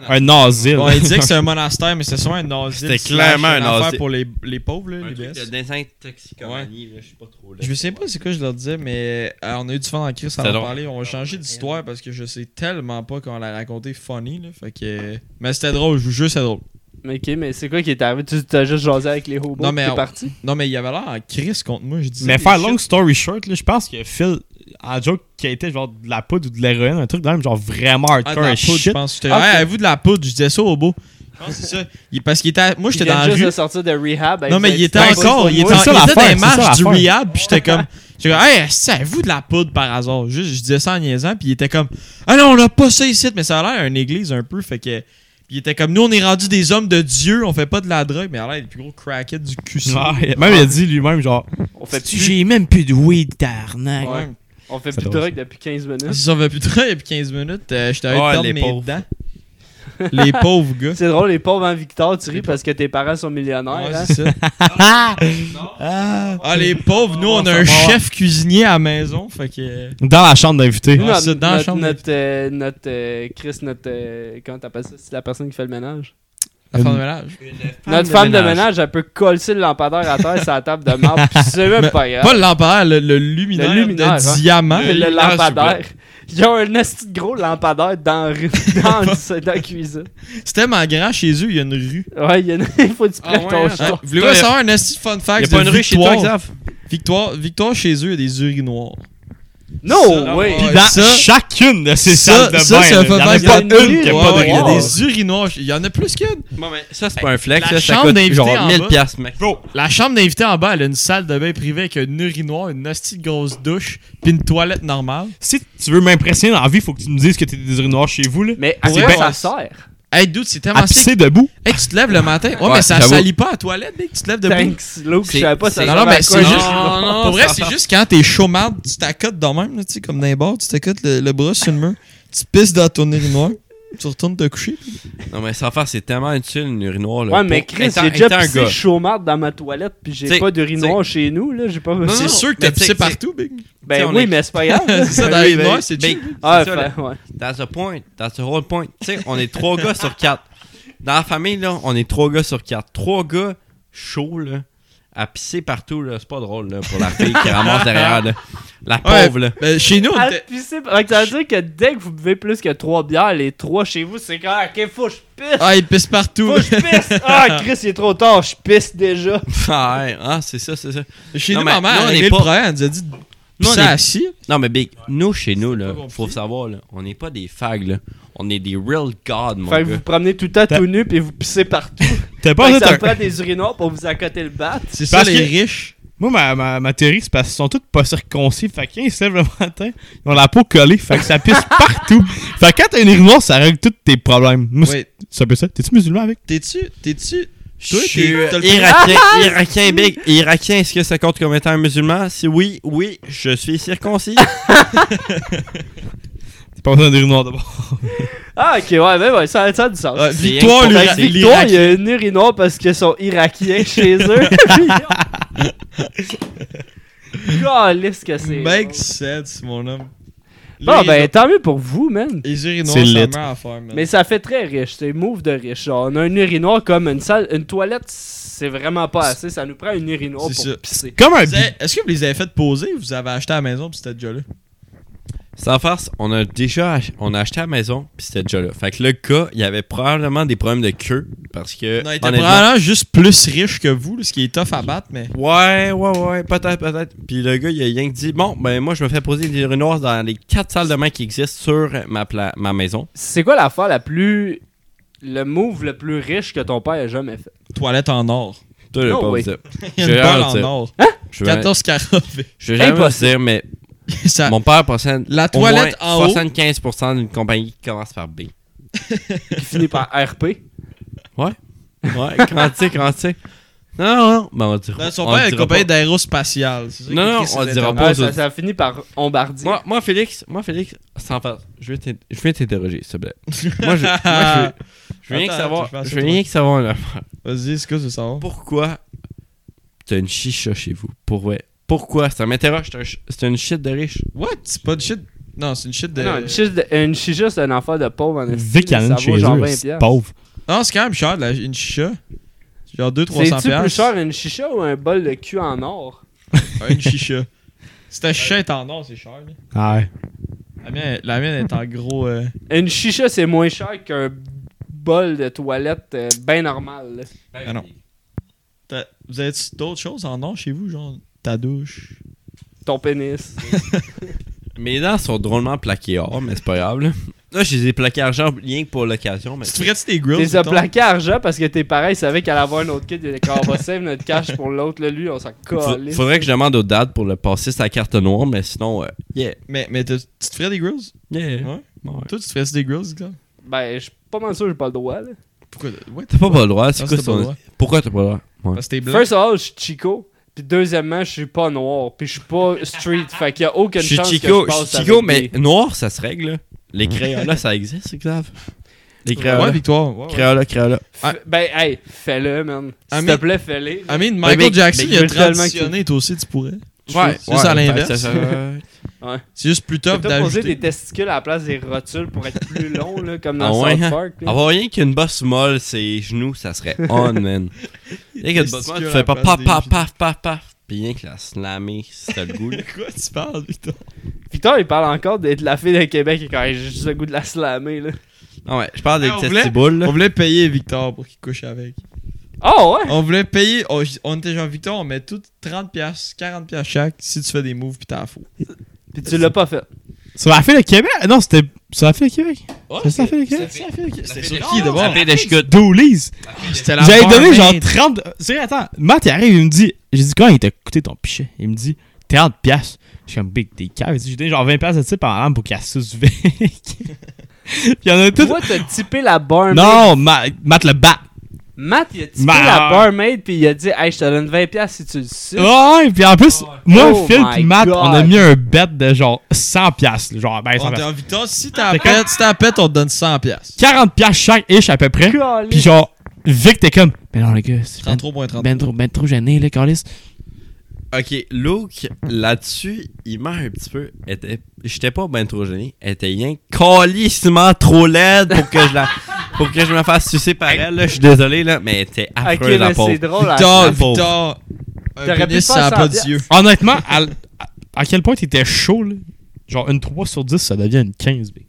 S1: Un nazi.
S2: Bon,
S1: là.
S2: il disait que c'est un monastère, mais c'est sûrement un *laughs* asile.
S5: C'était
S2: slash
S5: clairement
S2: une
S5: un
S2: affaire
S5: asile.
S2: pour les, les pauvres, là,
S5: Un
S2: les
S5: truc de
S2: BS.
S5: désintoxicomanie, là, je sais pas trop. là.
S2: Je me souviens pas c'est quoi je leur disais, mais euh, on a eu du fun en crise à
S5: C'était
S2: en
S5: drôle.
S2: parler. On a changé d'histoire parce que je sais tellement pas comment la raconter funny. Là, fait que... Mais c'était drôle, je vous jure, c'était drôle.
S4: Mais Ok, mais c'est quoi qui est arrivé? Tu t'as juste jasé avec les hobos,
S2: Non, mais
S4: t'es
S2: on-
S4: parti?
S2: Non, mais il y avait l'air en crise contre moi. Je
S1: *laughs*
S2: disais
S1: Mais
S2: des
S1: faire
S2: shit.
S1: long story short, là, je pense que Phil, en joke, qui a été genre de la poudre ou de l'héroïne, un truc de même, genre vraiment
S2: Ah,
S1: hardcore
S2: de la
S1: as
S2: poudre, je
S1: shit.
S2: pense. J'étais,
S4: Ah,
S2: Hey,
S4: ok.
S2: avez-vous de la poudre Je disais ça au beau. Je pense que c'est ça. Il- Parce qu'il était. à- Moi, j'étais
S4: Il vient
S2: dans la
S4: juste
S2: rue.
S4: de sortir de rehab.
S2: Non, mais il était
S1: Ouais,
S2: encore, il était,
S1: c'est
S2: en-
S1: ça
S2: il était dans les
S1: l'affaire, c'est ça
S2: marches du
S1: l'affaire.
S2: rehab, puis j'étais comme, j'étais comme, hey, savez-vous de la poudre par hasard? Juste, je disais ça en niaisant, puis il était comme, ah non, on a pas ça ici, mais ça a l'air une église un peu, fait que, puis il était comme, nous, on est rendus des hommes de Dieu, on fait pas de la drogue, mais alors, il est le plus gros crackhead du cul.
S1: Ouais, même il a dit lui-même, genre,
S4: On fait
S1: Si
S4: plus,
S1: même plus de weed, tarnac.
S4: Ouais. on fait
S1: Ça
S4: plus de
S1: doit-
S4: drogue depuis 15 minutes.
S2: Si on veut plus trop, il y a plus 15 minutes, euh, j'étais allé
S5: Ouais,
S2: perdre
S5: les
S2: mes
S5: pauvres.
S2: dents. les pauvres gars.
S4: C'est drôle, les pauvres, hein, Victor, tu ris parce que tes parents sont millionnaires.
S2: Ouais,
S4: hein?
S2: c'est ça. Ah, les pauvres, nous, on a un chef cuisinier à la maison, fait que. euh,
S1: Dans la chambre d'invité.
S4: Nous,
S2: Ouais,
S4: notre,
S2: c'est dans la
S4: notre,
S2: chambre.
S4: notre, euh, notre, euh, Chris, notre. euh, comment t'appelles ça C'est la personne qui fait le ménage.
S2: La fin de ménage.
S4: notre femme de ménage, elle peut coller le lampadaire à terre sur la table de marbre, pis c'est même
S2: Mais-
S4: pas grave.
S2: Pas le lampadaire, le, le luminaire,
S4: Le luminaire,
S2: de
S4: hein.
S2: diamant.
S4: Mais le
S5: luminaire,
S4: lampadaire. Ils ont un esti de gros lampadaire dans, *laughs*
S2: *laughs*
S4: dans, dans la cuisine.
S2: C'est tellement grand chez eux, il y a une rue.
S4: Ouais, il *laughs* y en a il faut que tu
S5: Ah
S4: prennes
S5: ouais,
S4: ton
S5: hein?
S4: jeton.
S2: Vous voulez
S5: Toi,
S2: pas
S5: y a-
S2: savoir un esti de fun
S5: Y'a
S2: fact
S5: pas
S2: de
S5: une rue chez toi,
S2: victoire.
S5: Xav
S2: victoire, victoire chez eux, il y a des urinoirs.
S4: No way!
S1: Puis
S2: Ouais,
S1: dans
S2: ça-
S1: chacune de ces
S2: Ça-
S1: salles de
S2: ça,
S1: bain,
S2: c'est un
S1: là,
S2: fun
S1: il y en a
S4: fact.
S1: pas une
S4: Il
S1: qui
S4: y
S1: a
S4: a
S1: pas
S4: une
S1: de
S2: il y a
S4: urinoir.
S1: urinoir.
S2: des urinoirs. Il y en a plus qu'une.
S5: Bon, mais ça, c'est pas un flex,
S2: la
S5: là, ça
S2: chambre
S5: coûte
S2: d'invité en
S5: genre 1000
S2: bas.
S5: piastres, mec. Bro,
S2: La chambre d'invité en bas, elle a une salle de bain privée avec un urinoir, une hostie de grosse douche, puis une toilette normale.
S1: Si tu veux m'impressionner dans la vie, faut que tu me dises que t'es des urinoirs chez vous, là.
S4: Mais à
S1: C'est
S4: quoi
S1: bien-
S4: Ah, ça sert?
S2: Hey, dude, c'est tellement
S1: À
S2: sec.
S1: pisser debout.
S2: Hey, tu te lèves le matin. Ouais,
S5: Ouais,
S2: mais ça
S5: j'avoue.
S2: salit pas à la toilette dès que tu te lèves debout.
S4: Thanks, Luke, je
S5: C'est-
S4: savais pas ça
S5: c'est-
S2: Non,
S4: servait
S2: non, mais
S4: à
S2: c'est
S4: quoi.
S2: juste.
S5: Non, non,
S2: pour vrai,
S5: ça
S2: c'est
S5: va.
S2: juste quand t'es chômard, tu t'accotes de même, là, tu sais, comme dans les bars, tu t'accotes le, le bras sur le mur, tu pisses dans ton urinoir, tu retournes te coucher.
S5: Non, mais sans faire, c'est tellement utile une urinoir. Là,
S4: Ouais, mais
S5: Pour-
S4: Chris,
S5: étant-
S4: j'ai déjà
S5: étant un
S4: pissé
S5: gars.
S4: chaumarde dans ma toilette pis j'ai
S5: T'sais,
S4: pas d'urinoir chez nous, là, j'ai pas...
S5: non,
S2: C'est
S5: non,
S2: sûr que
S5: mais
S2: t'as
S5: tu sais,
S2: pissé
S5: tu sais-
S2: partout, Big.
S5: t'sais,
S4: Ben
S5: on
S4: oui,
S5: est-
S4: mais c'est pas grave.
S5: *laughs*
S2: c'est ça, dans
S5: Oui,
S2: l'urinoir,
S5: ben-
S2: c'est
S5: ben,
S2: chill.
S4: Ah,
S5: c'est ça, là.
S4: fait- ouais.
S5: That's the point. That's the whole point. Tu sais, on est trois gars sur quatre. Dans la famille, là, on est trois gars sur quatre. Trois gars chauds, là, à pisser partout, là. C'est pas drôle, là, pour la fille qui ramasse derrière, là. La
S2: Ouais.
S5: pauvre, là.
S2: Ben, chez nous, on
S4: Ah,
S2: était-
S4: puis c'est- fait que ça veut dire que dès que vous buvez plus que 3 bières, les 3 chez vous, c'est clair, ok, faut que je pisse!
S2: Ah, il pisse partout.
S4: Faut que je
S5: *laughs*
S4: pisse! Ah, Chris, il est trop tard, je pisse déjà!
S5: Ah, ouais, ah, c'est ça, c'est ça.
S2: Chez
S5: Non,
S2: nous,
S5: mais
S2: ma mère,
S5: nous, on
S2: elle a
S5: est
S2: réglé le
S5: pas-
S2: problème, elle nous a dit de
S5: Nous, on
S2: pisser
S5: est-
S2: assis.
S5: Non, mais Big, nous, chez nous, là,
S2: compliqué.
S5: faut savoir, là, on n'est pas des fags, là. On est des real gods, mon
S4: Fait que vous
S5: gars.
S4: vous promenez tout le temps
S1: T'as-
S4: tout nu pis vous pissez partout.
S1: T'as pas
S4: Fait
S1: fait
S4: que ça
S1: un-
S4: prend des urinoirs pour vous accoter le bat.
S2: C'est ça,
S1: Parce
S2: les
S1: que-
S2: riches.
S1: Moi, ma, ma, ma théorie, c'est parce qu'ils sont tous pas circoncis. Fait que quand ils se lèvent *laughs* le matin, ils ont la peau collée. Fait que ça *laughs* pisse partout. Fait que quand t'as une urinoir, ça règle tous tes problèmes. Moi, c'est-
S2: Wait,
S1: c'est un peu ça. T'es-tu musulman avec?
S2: t'es-tu. T'es-tu.
S5: Je
S2: Toi,
S5: suis
S2: t'es- t'as le-
S5: irakien, irakien, Big. Irakien, est-ce que ça compte comme étant un musulman? Si oui, oui, je suis circoncis.
S1: T'es pas besoin d'urinoir d'abord.
S4: Ah, ok, ouais, ben ouais, ça, ça a du sens.
S2: Ah,
S5: C'est
S2: Victoire,
S5: rien que pour
S2: l'Ira-
S5: la
S2: l'Irak.
S4: Victoire, il y a une urinoir parce qu'ils sont irakiens chez eux. Calisse que c'est.
S2: Make sense, mon homme.
S4: Bon,
S2: Les-
S4: ben tant mieux pour vous, man.
S2: Les urinoirs,
S1: C'est
S2: ça
S1: lit.
S2: meurt à faire, man.
S4: Mais ça fait très riche, c'est move de riche. Genre, on a une urinoir comme une salle, une toilette, c'est vraiment pas assez. Ça nous prend une urinoir pour
S2: C'est ça.
S4: pisser.
S1: Comme un
S2: Vous
S1: bi-
S2: avez- Est-ce que vous les avez fait poser ou vous avez acheté à la maison puis c'était déjà là?
S5: Sans farce, on a déjà ach- on a acheté à la maison, puis c'était déjà là. Fait que le gars, il avait probablement des problèmes de queue, parce que.
S2: Non, il était
S5: Euh, honnêtement-
S2: probablement juste plus riche que vous, là, ce qui est tough à battre, mais.
S5: Ouais, ouais, ouais, peut-être, peut-être. Puis le gars, il a rien que dit Bon, ben moi, je me fais poser des urinoirs dans les quatre salles de bain qui existent sur ma, pla- ma maison.
S4: C'est quoi l'affaire la plus. Le move le plus riche que ton père a jamais fait?
S5: *laughs*
S2: Toilette en or.
S5: Toi, je vais
S4: Oh,
S5: pas
S4: oui.
S5: vous dire.
S2: Il y a
S5: J'ai
S2: une
S5: rien
S2: balle
S5: à dire.
S2: en or.
S5: Je vais,
S2: 14 carats.
S5: je vais jamais vous
S4: Impossible.
S5: dire, mais
S2: *laughs* Ça-
S5: mon père possède
S2: Ah. La
S5: au moins
S2: toilette en haut.
S5: 75% d'une compagnie qui commence par B.
S4: Qui finit par RP.
S5: Ouais, *laughs* quantique, quantique. Non, non, non. Ben, on dira,
S2: Dans son
S5: on
S2: père est
S5: dira
S2: compagnie
S5: pas.
S2: d'aérospatiale. c'est ça
S5: Non,
S2: qui est
S5: non,
S2: écrit sur
S5: on le dira
S2: l'Internet.
S5: pas.
S4: Ouais,
S5: aux
S4: ça,
S5: autres.
S4: ça finit par Bombardier.
S5: Moi, moi, Félix, moi, Félix, sans faire, je vais t'in- je vais t'interroger, s'il te plaît. moi, je, moi, je, je veux rien que
S2: Attends,
S5: savoir,
S2: tu fais ça,
S5: je veux
S2: toi.
S5: rien que savoir une affaire.
S2: Vas-y, c'est quoi ce savoir?
S5: Pourquoi t'as une chicha chez vous? Pour vrai. Pourquoi? Ça m'interroge, c'est un ch- c'est une shit de riche.
S2: What? C'est pas de shit. Non, c'est une shit de.
S4: Non, une chiche de- une chicha, c'est un enfant de pauvre en
S1: Vic
S4: esti, là,
S1: Allen
S4: ça
S1: chez
S4: vaut genre
S1: eux,
S4: 20
S1: c'est
S4: piastres.
S1: pauvre.
S2: Non, c'est quand même cher, la- une chicha. Genre 200-300$.
S4: C'est-tu plus cher une chicha ou un bol de cul en or?
S2: Ouais, Une chicha. Si ta chicha est en or, c'est cher. là.
S1: Ouais.
S2: La mienne, la mienne est en gros. euh,
S4: Une chicha, c'est moins cher qu'un bol de toilette euh, ben normal. là.
S2: Ah non. t'as- Vous avez d'autres choses en or chez vous? Genre ta douche?
S4: Ton pénis.
S5: Mes dents sont drôlement plaquées or, mais c'est pas grave, là. Là, je les ai plaquées argent rien que pour l'occasion, mais.
S2: Tu te ferais-tu des grills?
S4: T'es a
S2: mettons?
S4: plaqué à argent parce que t'es pareil, ils savaient qu'elle allait avoir un autre kid. Il était comme, on va save notre cash pour l'autre. Là, lui, on s'en
S5: Faut-
S4: colle.
S5: Faudrait que je demande au dad pour le passer sa carte noire, mais sinon, euh, yeah.
S2: Mais, mais t'as- tu te ferais des grills?
S5: Yeah.
S2: Ouais.
S5: Ouais.
S2: Toi, tu te ferais des grills, Xav?
S4: Ben, je suis pas mal sûr que j'ai pas le droit. Là.
S2: Pourquoi? What?
S5: T'as pas, pas le droit, Ah, c'est
S2: Non,
S5: quoi
S2: c'est pas le
S5: son-
S2: droit.
S5: Pourquoi t'as pas le droit? Ouais.
S2: Parce que t'es blanc.
S4: First of all, je suis Chico. Puis deuxièmement, je suis pas noir. Puis je suis pas street. fait qu'il y a aucune
S5: Je suis
S4: chance
S5: Chico,
S4: que je
S5: je
S4: passe
S5: suis Chico,
S4: avec
S5: mais
S4: des-
S5: noir, ça se règle, là. Les crayons-là, ça existe, Xav? Les
S2: Ouais,
S5: crayons-là.
S2: Victoire. Ouais, ouais.
S5: Crayola, crayola.
S2: Ah.
S4: F- Ben, hey, fais-le, man. S'il
S2: Ami-
S4: te plaît, fais-le.
S2: I mean, Michael
S5: mais-
S2: Jackson,
S4: mais
S2: il a
S4: culturellement
S2: transitionné, toi aussi, tu pourrais. C'est
S5: ouais,
S2: juste
S5: fait
S2: à
S5: que
S2: l'inverse.
S5: ça- ça-
S2: C'est juste plus
S4: Tu
S2: top
S4: t'as posé des
S2: d'ajouter.
S4: testicules à la place des rotules pour être plus long, là, comme
S5: Ah
S4: dans
S5: ouais, hein?
S4: South Park. là.
S5: Avoir rien qu'une bosse molle, ses genoux, ça serait on, man. Rien qu'une bosse molle, tu fais pas paf, paf, paf, paf, paf. Pis rien que la slammer, si t'as le goût. là.
S2: Quoi tu parles, Victor?
S4: Victor, il parle encore d'être la fille de Québec et quand j'ai juste le goût de la slammer, là.
S5: Non, ouais, je parle des
S2: Ah, on voulait-
S5: testiboules, là.
S2: On voulait payer Victor pour qu'il couche avec.
S4: Oh, ouais!
S2: On voulait payer. On, on était genre Victor, on met tout 30$, 40$ chaque si tu fais des moves pis t'as faux.
S4: Puis tu l'as pas fait.
S1: Sur la fille de Québec? Non, c'était sur la fille de Québec. C'est ça, la fille de Québec?
S2: C'était sur qui d'abord?
S5: Appelez des chicots.
S1: Doolies.
S2: C'était la
S1: J'avais donné
S2: barmaid.
S1: genre 30. C'est attends, Matt il arrive, il me dit, j'ai dit quand il t'a coûté ton pichet, il me dit 30 pièces. Je suis comme big des caves. Il dit, J'ai donné genre 20 pièces de type en âme pour qu'elle suce Vic. *laughs* Puis il y en a tout.
S4: Toi, t'as typé la barmaid.
S1: Non, Ma- Matt le bat.
S4: Matt, il a typé
S1: Ma-
S4: la barmaid, puis il a dit, hey, je te donne 20$ si tu le suces.
S1: Ouais, puis en plus, moi,
S4: Oh
S1: Phil
S4: my
S1: puis Matt, on a
S4: God.
S1: mis un bet de genre 100 pièces, genre ben 100
S2: On était
S1: pièces.
S2: en Victor, si t'as
S1: Fait que-
S2: pète, si t'as pète, on te donne 100$.
S1: 40 pièces chaque ish à peu près.
S4: Caliste.
S1: Puis genre Vic t'es comme mais non les gars, c'est ben,
S2: 33.30.
S1: ben trop ben trop gêné là, Carlis.
S5: Ok, Luke, là-dessus, il meurt un petit peu. Elle était- J'étais pas ben trop gêné. Elle était rien calissement trop laide pour que je
S4: *laughs*
S5: la... Pour que je me fasse sucer par elle, là. Je suis désolé, là, mais elle était
S4: Ok,
S5: affreuse, la
S4: mais
S5: pauvre.
S4: c'est drôle.
S2: Victor,
S5: la pauvre.
S2: Victor. Un
S4: Oh T'aurais pu
S2: pénis,
S4: faire
S2: ça a pas
S4: 100$.
S2: d'yeux.
S1: Honnêtement, à, à- à quel point t'étais chaud, là, genre une 3 sur 10, ça devient une 15. big.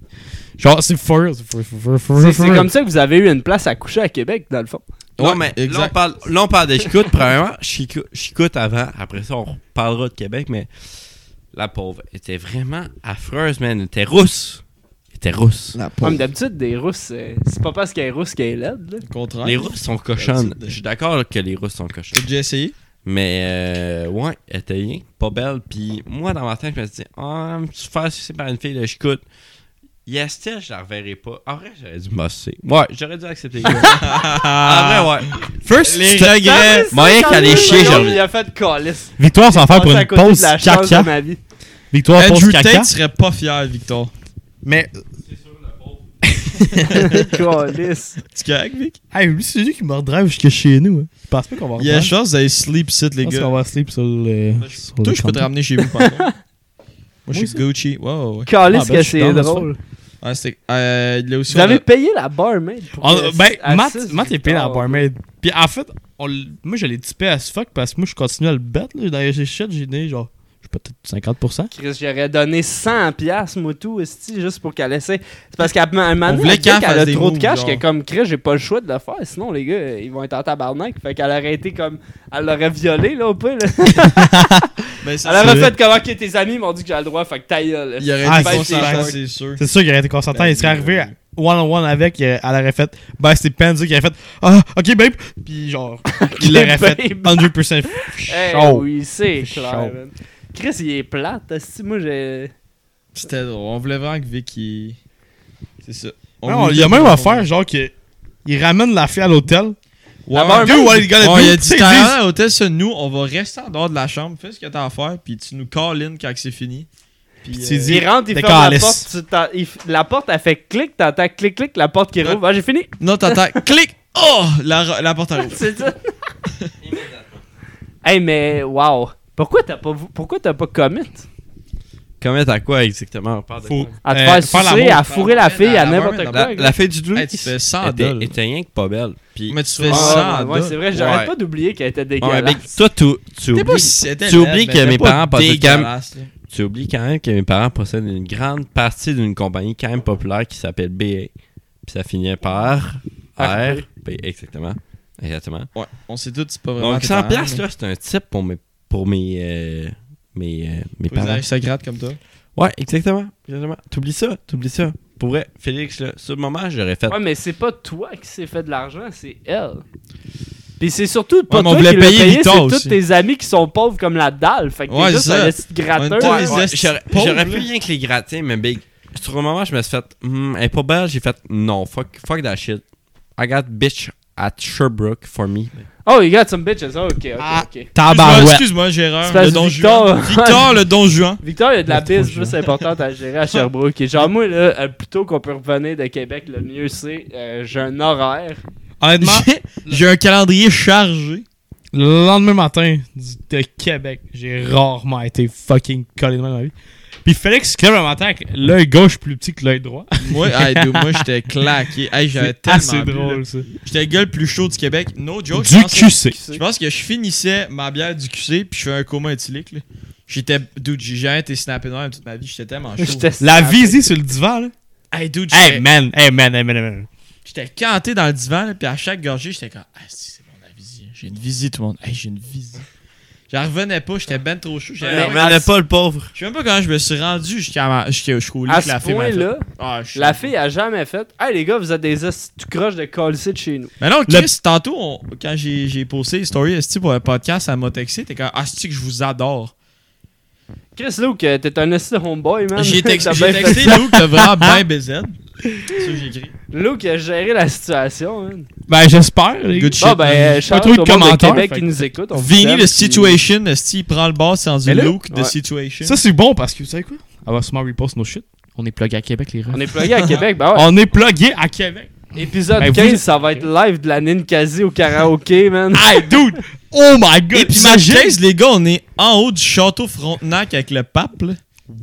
S1: Genre, c'est for real. c'est for- for- for- for-
S4: C'est
S1: for
S4: c'est
S1: real.
S4: comme ça que vous avez eu une place à coucher à Québec, dans le fond.
S5: Non,
S2: Ouais,
S5: mais là, on
S2: exact.
S5: parle, là, on parle de Chicoute, premièrement. Chico- Chicoute avant, après ça, on parlera de Québec, mais la pauvre était vraiment affreuse, man. Elle était rousse. Elle était rousse.
S4: Comme d'habitude, des Russes, euh, c'est pas parce qu'elle est russe qu'elle est laide, là.
S2: Au contraire.
S5: Les Russes sont cochonnes. Je suis d'accord que les Russes sont cochonnes.
S2: T'as déjà essayé?
S5: Mais, euh, ouais, elle était rien, pas belle. Puis, moi, dans ma tête, je me suis dit, ah, me suis fait sucer par une fille de Chicoute. Yes, still, je la reverrai pas. En vrai, j'aurais dû bosser. Ouais, j'aurais dû
S2: *laughs*
S5: accepter. en vrai, ouais.
S1: First,
S2: Les
S1: c'était-
S5: regrets. Moyen qu'elle est chier,
S4: Voyons,
S5: genre.
S4: Il a fait calice.
S1: Victoire sans faire pour
S4: Passé à
S1: une
S4: côté
S1: pause
S4: de la chance
S1: caca.
S4: de ma vie.
S1: Victoire pause
S2: Andrew
S1: caca.
S2: Tate serait pas fier, Victor.
S1: Mais,
S4: *laughs* Calice.
S2: Tu correct, Vic?
S1: hey, lui, c'est lui qui me redrive jusque chez nous. hein. Je pense pas qu'on va
S2: Il y a
S1: reprendre.
S2: chance que vous allez sleep sit, les
S1: Je pense
S2: gars.
S1: qu'on va sleep sur le. sur
S2: Toi,
S1: le
S2: je peux te
S1: camping.
S2: ramener chez
S1: *laughs*
S2: vous, par contre. Moi, je
S1: Oui,
S2: suis
S1: ça.
S2: Gucci. Ouais, ouais, ouais.
S1: Ah,
S4: Calice
S1: ben,
S4: que
S1: je suis
S4: c'est
S1: dans,
S4: drôle.
S2: Ouais, c'est. Euh, il y a aussi.
S4: Vous
S2: on a-
S4: avez payé la barmaid. pour
S1: On-
S4: que-
S1: ben,
S4: à
S1: Matt,
S4: six,
S1: Matt est
S4: Victor.
S1: payé dans la barmaid. Puis en fait, on l- moi, je l'ai typé à ce fuck parce que moi, je continue à le bet. Là. Dans les shit, j'ai donné genre, je sais pas, peut-être 50%.
S4: Chris, j'aurais donné 100 pièces moi tout esti juste pour qu'elle essaie. C'est parce qu'à un moment
S2: On
S4: donné,
S2: voulait
S4: elle dit
S2: qu'elle
S4: qu'elle
S2: fasse
S4: a
S2: des
S4: trop de
S2: moves,
S4: cash
S2: genre.
S4: que comme Chris, j'ai pas le choix de le faire sinon les gars, ils vont être en tabarnak. Fait qu'elle aurait été comme elle l'aurait violé là au
S1: *laughs*
S4: peu là.
S2: Ben, c'est
S4: Elle
S2: sûr.
S4: aurait fait comme OK, tes amis m'ont dit que j'ai le droit, fait que ta gueule.
S2: Il y aurait
S1: Ah,
S2: été
S1: c'est
S2: consentant,
S1: sûr.
S2: c'est sûr.
S1: C'est sûr qu'il aurait été consentant.
S2: Ben,
S1: il serait
S2: oui,
S1: arrivé
S2: oui.
S1: one-on-one avec, euh, elle aurait fait. Ben, c'est Panzer qui aurait fait Ah, ok, babe. Puis
S2: *laughs*
S1: genre, il l'aurait fait
S4: babe.
S1: 100%
S4: Eh
S1: chaud.
S4: oui, c'est
S1: Chaud.
S4: clair, man. Chris, il est plate. esti, Moi, j'ai.
S2: C'était drôle. On voulait vraiment que Vic, il. C'est ça.
S1: Ouais, on- il a même affaire, genre, que. Il ramène la fille à l'hôtel.
S2: Ouais,
S1: Ah,
S2: ouais.
S1: do what you gotta
S2: Ouais,
S1: do.
S2: il a
S1: Tu
S2: dit
S1: sais,
S2: t'as
S1: ils disent-
S2: rien à l'hôtel, ça, nous, on va rester en dehors de la chambre, fais ce que t'as à faire, puis tu nous call in quand que c'est fini. Puis,
S1: tu dis-
S4: Il rentre, il
S1: Des
S4: ferme la
S1: calices.
S4: porte. tu t'en- il f- La porte, elle fait clic, t'entends clic, clic, la porte qui
S2: Ouais.
S4: rouvre. Ah, j'ai fini.
S2: Non, t'entends, *laughs* clic! Oh! La, la porte arrive.
S4: C'est ça. *laughs* hey, mais wow. Pourquoi t'as pas, vou- pourquoi t'as pas commit
S5: Comment à quoi exactement on parle de
S1: Faut.
S5: quoi?
S4: à te
S1: euh,
S4: faire
S1: faire
S4: sucer,
S1: l'amour.
S4: à fourrer la
S2: Ouais,
S4: fille,
S2: la-
S4: à
S2: la
S4: n'importe
S2: barbe,
S4: quoi?
S5: La, la fille du doute
S2: Hey, tu fais 100
S5: était,
S2: dollars.
S5: était rien que pas belle. Puis,
S2: Mais tu fais
S4: Ah,
S2: 100
S4: ouais, c'est vrai, j'arrête
S5: Ouais.
S4: pas d'oublié qu'elle était
S5: Ouais, mais
S4: dégueulasse.
S5: toi, tu, tu
S2: T'es pas
S5: oublies,
S2: si- t'es
S5: tu
S2: laide,
S5: oublies
S2: mais
S5: que
S2: t'es
S5: mes
S2: pas
S5: parents possèdent quand même-
S2: dégueulasse, là.
S5: tu oublies quand même que mes parents possèdent une grande partie d'une compagnie quand même populaire qui s'appelle BA. Puis ça finit par
S4: Ah,
S5: R. B, exactement. Exactement.
S2: Ouais, on sait tous, c'est pas vraiment.
S5: Donc
S2: tes
S5: 100
S2: parents,
S5: piastres,
S2: là.
S5: là, c'est un type pour mes, pour mes, euh, mes, euh, mes
S2: Pour les
S5: parents.
S2: aristocrates comme toi.
S5: Ouais, exactement. Exactement. T'oublies ça, t'oublies ça. Pour vrai, Félix, là, sur le moment, j'aurais fait.
S4: Ouais, mais c'est pas toi qui s'est fait de l'argent, c'est elle. Puis c'est surtout pas
S2: Ouais, mais on
S4: toi qui
S2: voulait
S4: l'as
S2: payer
S4: payé,
S2: Victor
S4: c'est tous
S2: aussi.
S4: tes amis qui sont pauvres comme la dalle. Fait que
S2: Ouais,
S4: t'es juste
S2: c'est ça.
S4: un petit gratteur.
S2: En même temps,
S4: Ouais.
S5: Ouais,
S2: les
S5: j'aurais-
S2: estis
S5: J'aurais
S2: pauvres,
S5: pu
S2: là.
S5: rien que les gratter, mais big. Sur le moment, je me suis fait. Hmm, elle est pas belle. J'ai fait. Non, fuck, fuck that shit. I got bitch at Sherbrooke for me.
S4: Oh, you got some bitches. Oh, ok, ok,
S1: Ah.
S4: ok.
S2: Excuse-moi,
S1: Tabarouette.
S2: Excuse-moi, j'ai erreur.
S4: Espèce
S2: Le
S4: de
S2: don
S4: Victor.
S2: Juan. Victor, le don Juan.
S4: Victor, il y a de la
S1: Pas trop
S4: bise
S1: jouant.
S4: juste importante à gérer à Sherbrooke. Et genre, moi, là, euh, plutôt qu'on peut revenir de Québec, le mieux c'est euh, j'ai un horaire.
S1: Honnêtement,
S2: J'ai- J'ai un calendrier chargé.
S1: le lendemain matin du- de Québec, j'ai rarement été fucking collé de même dans ma vie. Puis Félix, qui le matin avec l'œil gauche plus petit que l'œil droit.
S2: Moi, hey, dude, moi *laughs* j'étais claqué.
S1: *laughs*
S2: Hey, j'avais
S1: C'est
S2: tellement
S1: assez
S2: bu, là.
S1: drôle, ça.
S2: J'étais le gars le plus chaud du Québec. No joke. je
S1: Du
S2: pense que-
S1: QC.
S4: Qui
S2: Je
S4: sait?
S2: pense que je finissais ma bière du QC puis je fais un coma éthylique. là. J'étais. Dude, j'ai jamais été snappé de même toute ma vie. J'étais tellement chaud.
S4: J'étais
S1: La
S4: snappé.
S1: visée sur le divan, là.
S2: Hey, dude, j'étais-
S1: Hey man, hey man, hey man, hey man.
S2: j'étais canté dans le divan là, puis à chaque gorgée, j'étais comme. Ah, si, c'est bon, la visite. J'ai une visite, tout le monde. Hey, j'ai une visite. J'en revenais pas. J'étais ben trop chaud. j'avais-
S4: Mais-
S5: Mais pas le pauvre.
S2: Je sais même pas comment je me suis rendu jusqu'à ma... jusqu'à- jusqu'au lit
S4: À
S2: que la
S4: ce
S2: fille m'a fait.
S4: point-là,
S2: Ah, je suis-
S4: la fille a jamais fait Hey les gars, vous êtes des os- tu croches de colisée de chez nous.
S2: Mais non,
S1: Le-
S2: Chris, tantôt, on- quand j'ai j'ai posté une story esti, pour le podcast, ça m'a texté. T'es comme, ah, c'est que je vous adore.
S4: Chris Luke, euh, t'es un hostile homeboy, man.
S2: J'ai tex-
S4: T'as
S2: j'ai
S4: bien fait
S2: texté
S4: *laughs* ça.
S2: Luke, t'as vraiment bien
S4: *laughs*
S2: BZ. C'est ça que j'ai écrit.
S4: Luke a géré la situation, man.
S1: Ben j'espère. les
S2: Good
S1: gars.
S2: shit.
S4: Bon, ben, euh,
S1: Pas
S4: shout-out
S1: trop de
S4: au monde de
S1: commentaires,
S4: Québec
S1: fait
S4: qui
S1: que-
S4: nous écoute. on vous
S2: Vini,
S4: aime,
S2: le
S4: puis-
S2: situation, esti, il prend le bas, c'est rendu
S1: Mais là-
S2: Luke de
S4: Ouais.
S2: situation.
S1: Ça c'est bon parce que vous savez quoi? On va sûrement repost nos shit. On est plugué à Québec les gars.
S4: On est plugué à Québec, ben ouais.
S1: On est plugué à Québec.
S2: Oh.
S4: Épisode
S1: Ben, vous-
S4: 15, ça va être live de la Ninkasi au karaoké, man.
S1: Hey dude! Oh my god!
S2: Et puis, ma
S1: imagine!
S2: 15, les gars, on est en haut du château Frontenac avec le pape, là.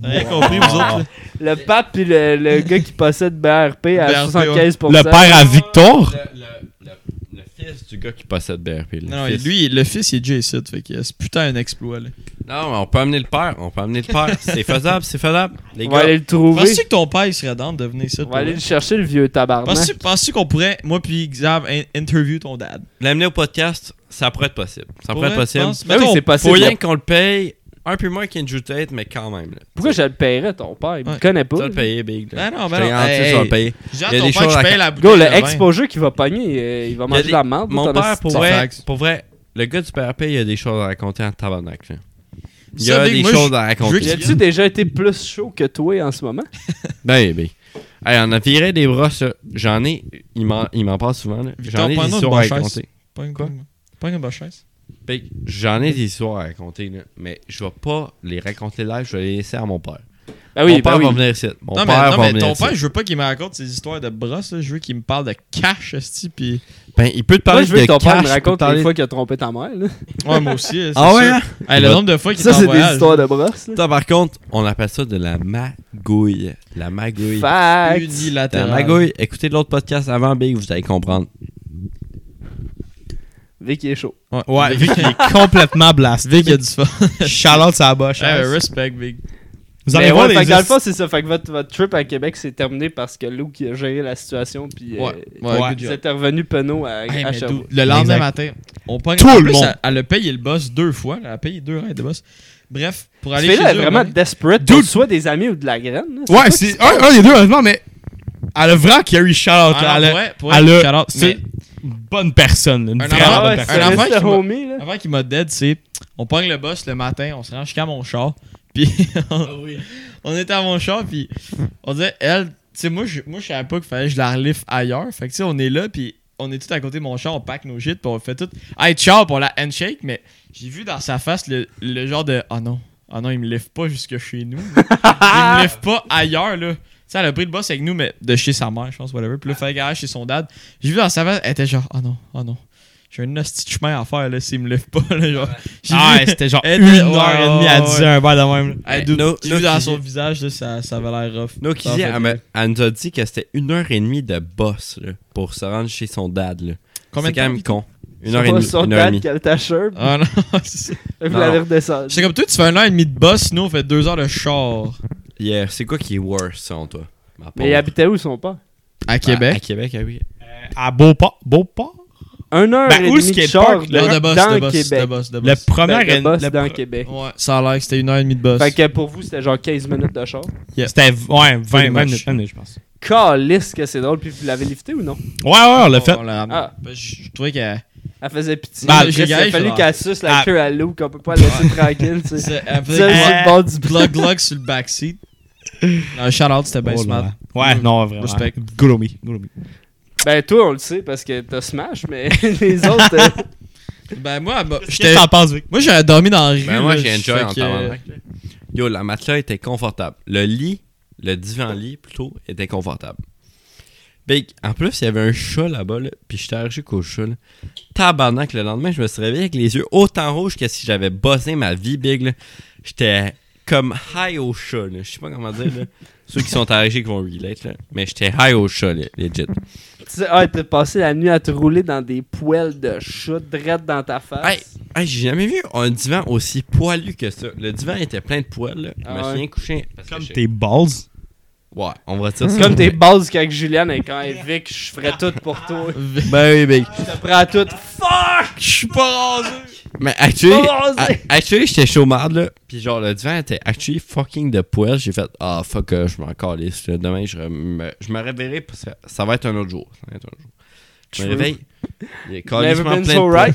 S2: Rien compris, vous autres, là.
S4: Le pape pis le, le gars qui possède BRP à
S2: BRP,
S4: 75%.
S1: Le père
S5: euh,
S1: à Victor?
S5: Le, fils du gars qui possède BRP.
S2: Non, et lui, le fils, il est déjà ici, fait que c'est putain un exploit, là.
S5: Non, mais on peut amener le père. On peut amener le
S2: *laughs*
S5: père. c'est faisable, c'est faisable. Les
S4: On va
S5: gars.
S4: aller le trouver.
S2: Penses-tu que ton père, il serait dans de venir ici?
S4: On
S2: pour
S4: va aller
S2: vrai?
S4: le chercher, le vieux tabarnak.
S2: Penses-tu penses-tu qu'on pourrait, moi puis Xav, in- interview ton dad?
S5: L'amener au podcast, ça pourrait être possible. Ça pourrait être
S2: Pourrait,
S5: possible.
S2: pense-
S4: Ben oui,
S2: mettons,
S4: c'est
S5: Faut
S4: possible.
S5: rien qu'on le paye. Un peu moins qu'Andrew Tate, mais quand même. Là.
S4: Pourquoi je le paierais, ton père? Il me
S2: Ouais.
S4: connaît
S5: Tu vas
S4: pas.
S5: le payer, Big. là.
S2: Ben non, ben
S5: Je te
S2: non.
S5: garantis,
S2: Hey,
S5: tu vas le
S2: hey.
S5: payer.
S2: J'ai
S5: Il y a
S2: ton
S5: des
S2: père
S5: choses
S2: qui
S5: à
S2: paye
S5: ca-
S2: la
S4: Go,
S2: bouteille.
S4: le
S2: de vin.
S4: exposure qu'il va pogner, euh, il va manger
S5: des-
S4: de la merde.
S5: Mon père, pour
S2: Sans
S5: vrai,
S2: fax.
S5: pour vrai, le gars du PRP, il y a des choses à raconter en tabarnak. là. Il y
S2: Ça,
S5: a
S2: Big,
S5: des
S2: moi,
S5: choses à
S2: veux
S5: raconter.
S2: qu'il-
S4: J'ai-tu déjà été plus chaud que toi en ce moment?
S5: Ben, ben. Hey, on a viré des bras, ça. J'en ai. Il m'en il m'en passe souvent. là.
S2: Victor,
S5: J'en ai des
S2: prends-nous une
S5: histoires à
S2: bonne chaise.
S5: raconter.
S2: Pas une
S5: Quoi?
S2: Pas une bonne chaise.
S5: Big, J'en ai des histoires à raconter, là. mais je vais pas les raconter live, je vais les laisser à mon père.
S4: Ben
S5: mon
S4: oui,
S5: père
S4: ben
S5: va
S4: oui.
S5: venir ici. Mon
S2: non,
S5: père
S2: mais, non,
S5: va
S2: mais
S5: venir
S2: ton
S5: ici.
S2: père, je veux pas qu'il me raconte ses histoires de brosse, là. Je veux qu'il me parle de cash, esti, pis...
S5: Ben, il peut te
S4: Moi,
S5: parler
S4: je veux que
S5: de
S4: ton père
S5: cash,
S4: me
S5: il peut te
S4: raconte
S5: parler-
S4: les fois qu'il a trompé ta mère. là.
S2: Ouais, moi aussi, c'est
S5: *laughs* Ah ouais?
S2: sûr.
S5: hein?
S2: Hey, le nombre de fois qu'il est
S4: Ça,
S2: en
S4: c'est des
S2: voyage.
S4: histoires de brosse. là.
S5: Ça, par contre, on appelle ça de la magouille. La magouille.
S4: Fact.
S5: De la
S2: unilatérales.
S5: magouille. Écoutez l'autre podcast avant, Big, vous allez comprendre.
S4: Vic il est chaud.
S2: Ouais,
S1: Ouais,
S2: Vic,
S1: Vic il est complètement blasté.
S2: *laughs* Vic, il y a du fun.
S1: Charlotte sa boche.
S2: Hey, respect, Big.
S1: Vous
S4: Mais
S1: allez voir
S4: ouais, fait
S1: les
S4: que dans le fond, c'est ça. Fait que votre, votre trip à Québec s'est terminé parce que Lou qui a géré la situation. Puis euh,
S2: Ouais,
S1: ouais,
S2: ouais, good
S4: vous
S2: job.
S4: êtes revenu penaud à,
S2: Hey,
S4: à
S2: mais
S4: Sherbrooke.
S2: d'où- le lendemain
S1: Exact.
S2: matin, on pogne-
S1: Tout
S2: en
S1: le
S2: plus,
S1: monde.
S2: Elle, elle a payé le boss deux fois. Elle a payé deux raids de boss. Bref, pour
S4: Tu
S2: aller
S4: fais
S2: chez
S4: là
S2: eux,
S4: vraiment
S2: ouais.
S4: desperate
S1: Dude.
S4: pour soit des amis ou de la graine. là.
S1: Ouais, c'est un, un des deux, honnêtement, mais Elle a vraiment carry shout out.
S2: Ah,
S1: Elle
S2: non,
S1: a-
S2: pour vrai, pour vrai,
S1: elle a-
S2: shout out.
S1: c'est-
S2: Mais
S1: une bonne personne. Une
S2: Un
S1: vraiment
S2: enfant,
S4: Ah
S1: bonne
S4: ouais,
S2: un
S1: personne.
S4: c'est
S2: enfant
S4: le
S2: qui m'a-
S4: homie, là.
S2: Avant qu'il m'a dead, c'est on pogne le boss le matin, on se rend jusqu'à mon char, *laughs* puis on, on était à mon char, puis on disait, elle, tu sais, moi, je moi, je savais pas qu'il fallait que je la relief ailleurs. Fait que, tu sais, on est là, puis on est tout à côté de mon char, on pack nos shit, puis on fait tout. Hey, ciao, pour la handshake, mais j'ai vu dans sa face le, le genre de, ah non, ah non, il me lève pas jusque chez nous.
S1: *laughs*
S2: il me lève pas ailleurs, là. Tu sais, elle a pris le boss avec nous, mais de chez sa mère, je pense, whatever. Puis là, il fallait qu'elle aille chez son dad. J'ai vu dans sa face, elle était genre, ah non, ah non. J'ai un hostie de chemin à faire, là, s'il me lève pas, là, genre. J'ai
S1: Ah,
S2: vu-
S1: ouais, c'était genre
S2: *laughs* Elle
S1: une
S2: était-
S1: heure et
S2: ouais,
S1: demie à
S2: ouais,
S1: 10 heures, un verre de même. là.
S2: Hey,
S5: Eh,
S2: dude,
S5: no-
S2: j'ai
S5: no
S2: vu dans
S5: kidding.
S2: son visage, là, ça, ça avait l'air rough.
S5: No
S2: Ça
S5: Kizzy,
S2: fait-
S5: elle, m'a- elle nous a dit que c'était une heure et demie de boss là, pour se rendre chez son dad. Là.
S2: Combien
S5: c'est
S2: de
S5: quand
S2: temps?
S5: même con. Une
S4: C'est
S5: heure et
S4: pas
S5: demie.
S4: son
S5: Une heure et
S4: dad
S5: demie.
S4: qui a le tacheur,
S2: Ah non, *laughs* c'est ça.
S4: puis vous
S5: Non,
S4: l'avez
S5: non.
S4: redescendu.
S2: J'étais comme toi, tu fais un an et demi de boss, nous, on fait deux heures de char.
S5: Yeah, c'est quoi qui est worse selon toi Ma
S4: Mais il
S5: pauvre.
S4: habitait où son père?
S5: À,
S2: À
S5: à Québec, ah oui.
S1: Euh, À Beauport. Beauport?
S4: Un heure
S1: Ben,
S4: et
S1: où
S4: demie
S1: le
S4: de char
S1: skatepark,
S4: de-
S1: là?
S2: Non, de boss,
S4: dans
S2: de boss,
S4: Québec.
S2: de boss, de
S1: Le
S2: boss.
S1: premier...
S4: Ben, de boss
S1: le-
S4: dans Québec.
S2: Ouais, ça a l'air que c'était une heure et demie de boss.
S4: Fait que pour vous, c'était genre 15 minutes de char.
S1: C'était ouais, 20, 20
S2: much.
S1: minutes, 20 minutes, je pense.
S4: Calisse que c'est drôle, puis vous l'avez lifté ou non?
S1: Ouais, ouais, on l'a fait.
S2: On l'a ramené.
S4: Ah.
S2: Ben, Je je trouvais que.
S4: Elle faisait pitié.
S5: Bah,
S2: Ben,
S4: Chris,
S2: j'ai
S4: il a
S2: gagné,
S4: fallu
S2: je-
S4: qu'elle suce la
S1: Ah.
S4: queue à l'eau, qu'on peut pas la laisser
S5: *laughs*
S4: tranquille, tu sais.
S2: C'est- Elle
S4: Tu sais,
S2: faisait
S1: Euh,
S4: sur le bord du
S2: glug- glug glug sur le backseat. Un shout out, c'était bien
S1: Oh
S2: smart.
S1: là là. Ouais, non, vraiment.
S2: Respect.
S1: Goulomi. Goulomi.
S4: Ben toi, on le sait parce que t'as smash, mais *laughs* les autres, euh,
S2: Ben, moi, elle m'a-
S1: Qu'est-ce
S2: j'étais.
S1: que t'en penses, Vic?
S2: Moi, j'aurais dormi dans la rue.
S5: Ben, moi,
S2: là,
S5: j'ai enjoy
S2: fait
S5: en
S2: que-
S5: tabarnak. là. Yo, la matelas était confortable. Le lit, le divan-lit plutôt, était confortable. Big. En plus, il y avait un chat là-bas, là, puis j'étais allergique au chat. là. Tabarnak, le lendemain, je me suis réveillé avec les yeux autant rouges que si j'avais bossé ma vie, Big. là. J'étais comme high au chat. là. Je sais pas comment dire.
S4: *laughs*
S5: là. Ceux qui sont allergiques vont relate, là. mais j'étais high au chat, là, legit.
S4: tu sais, ah, t'as passé la nuit à te rouler dans des poêles de chat drettes dans ta face.
S5: Hey, hey, j'ai jamais vu un divan aussi poilu que ça. Le divan était plein de poils. là. Je
S4: Ah
S5: me suis
S4: ouais.
S5: rien couché. parce que
S1: Comme
S5: j'ai-
S1: tes balls.
S5: Ouais, on va
S4: *laughs*
S5: dire ça.
S4: Comme tes bases avec Juliane et quand elle est Vic, je ferais tout pour toi.
S5: Ben oui, big.
S4: *laughs* Je te prends tout.
S2: Je suis pas rasé.
S5: Mais actually,
S4: Oh, c'est-
S5: a- actually j'étais chômard là. Puis genre, le divan était actually fucking de poil. J'ai fait, ah fuck, euh, je m'en calisse. là. Demain, je, me, je me réveillerai parce que ça va être un autre jour. Ça va être un autre jour. Je me
S4: True.
S5: réveille. Il est
S4: Never
S5: calissement plein
S4: been
S5: de
S4: so
S5: poils.
S4: right.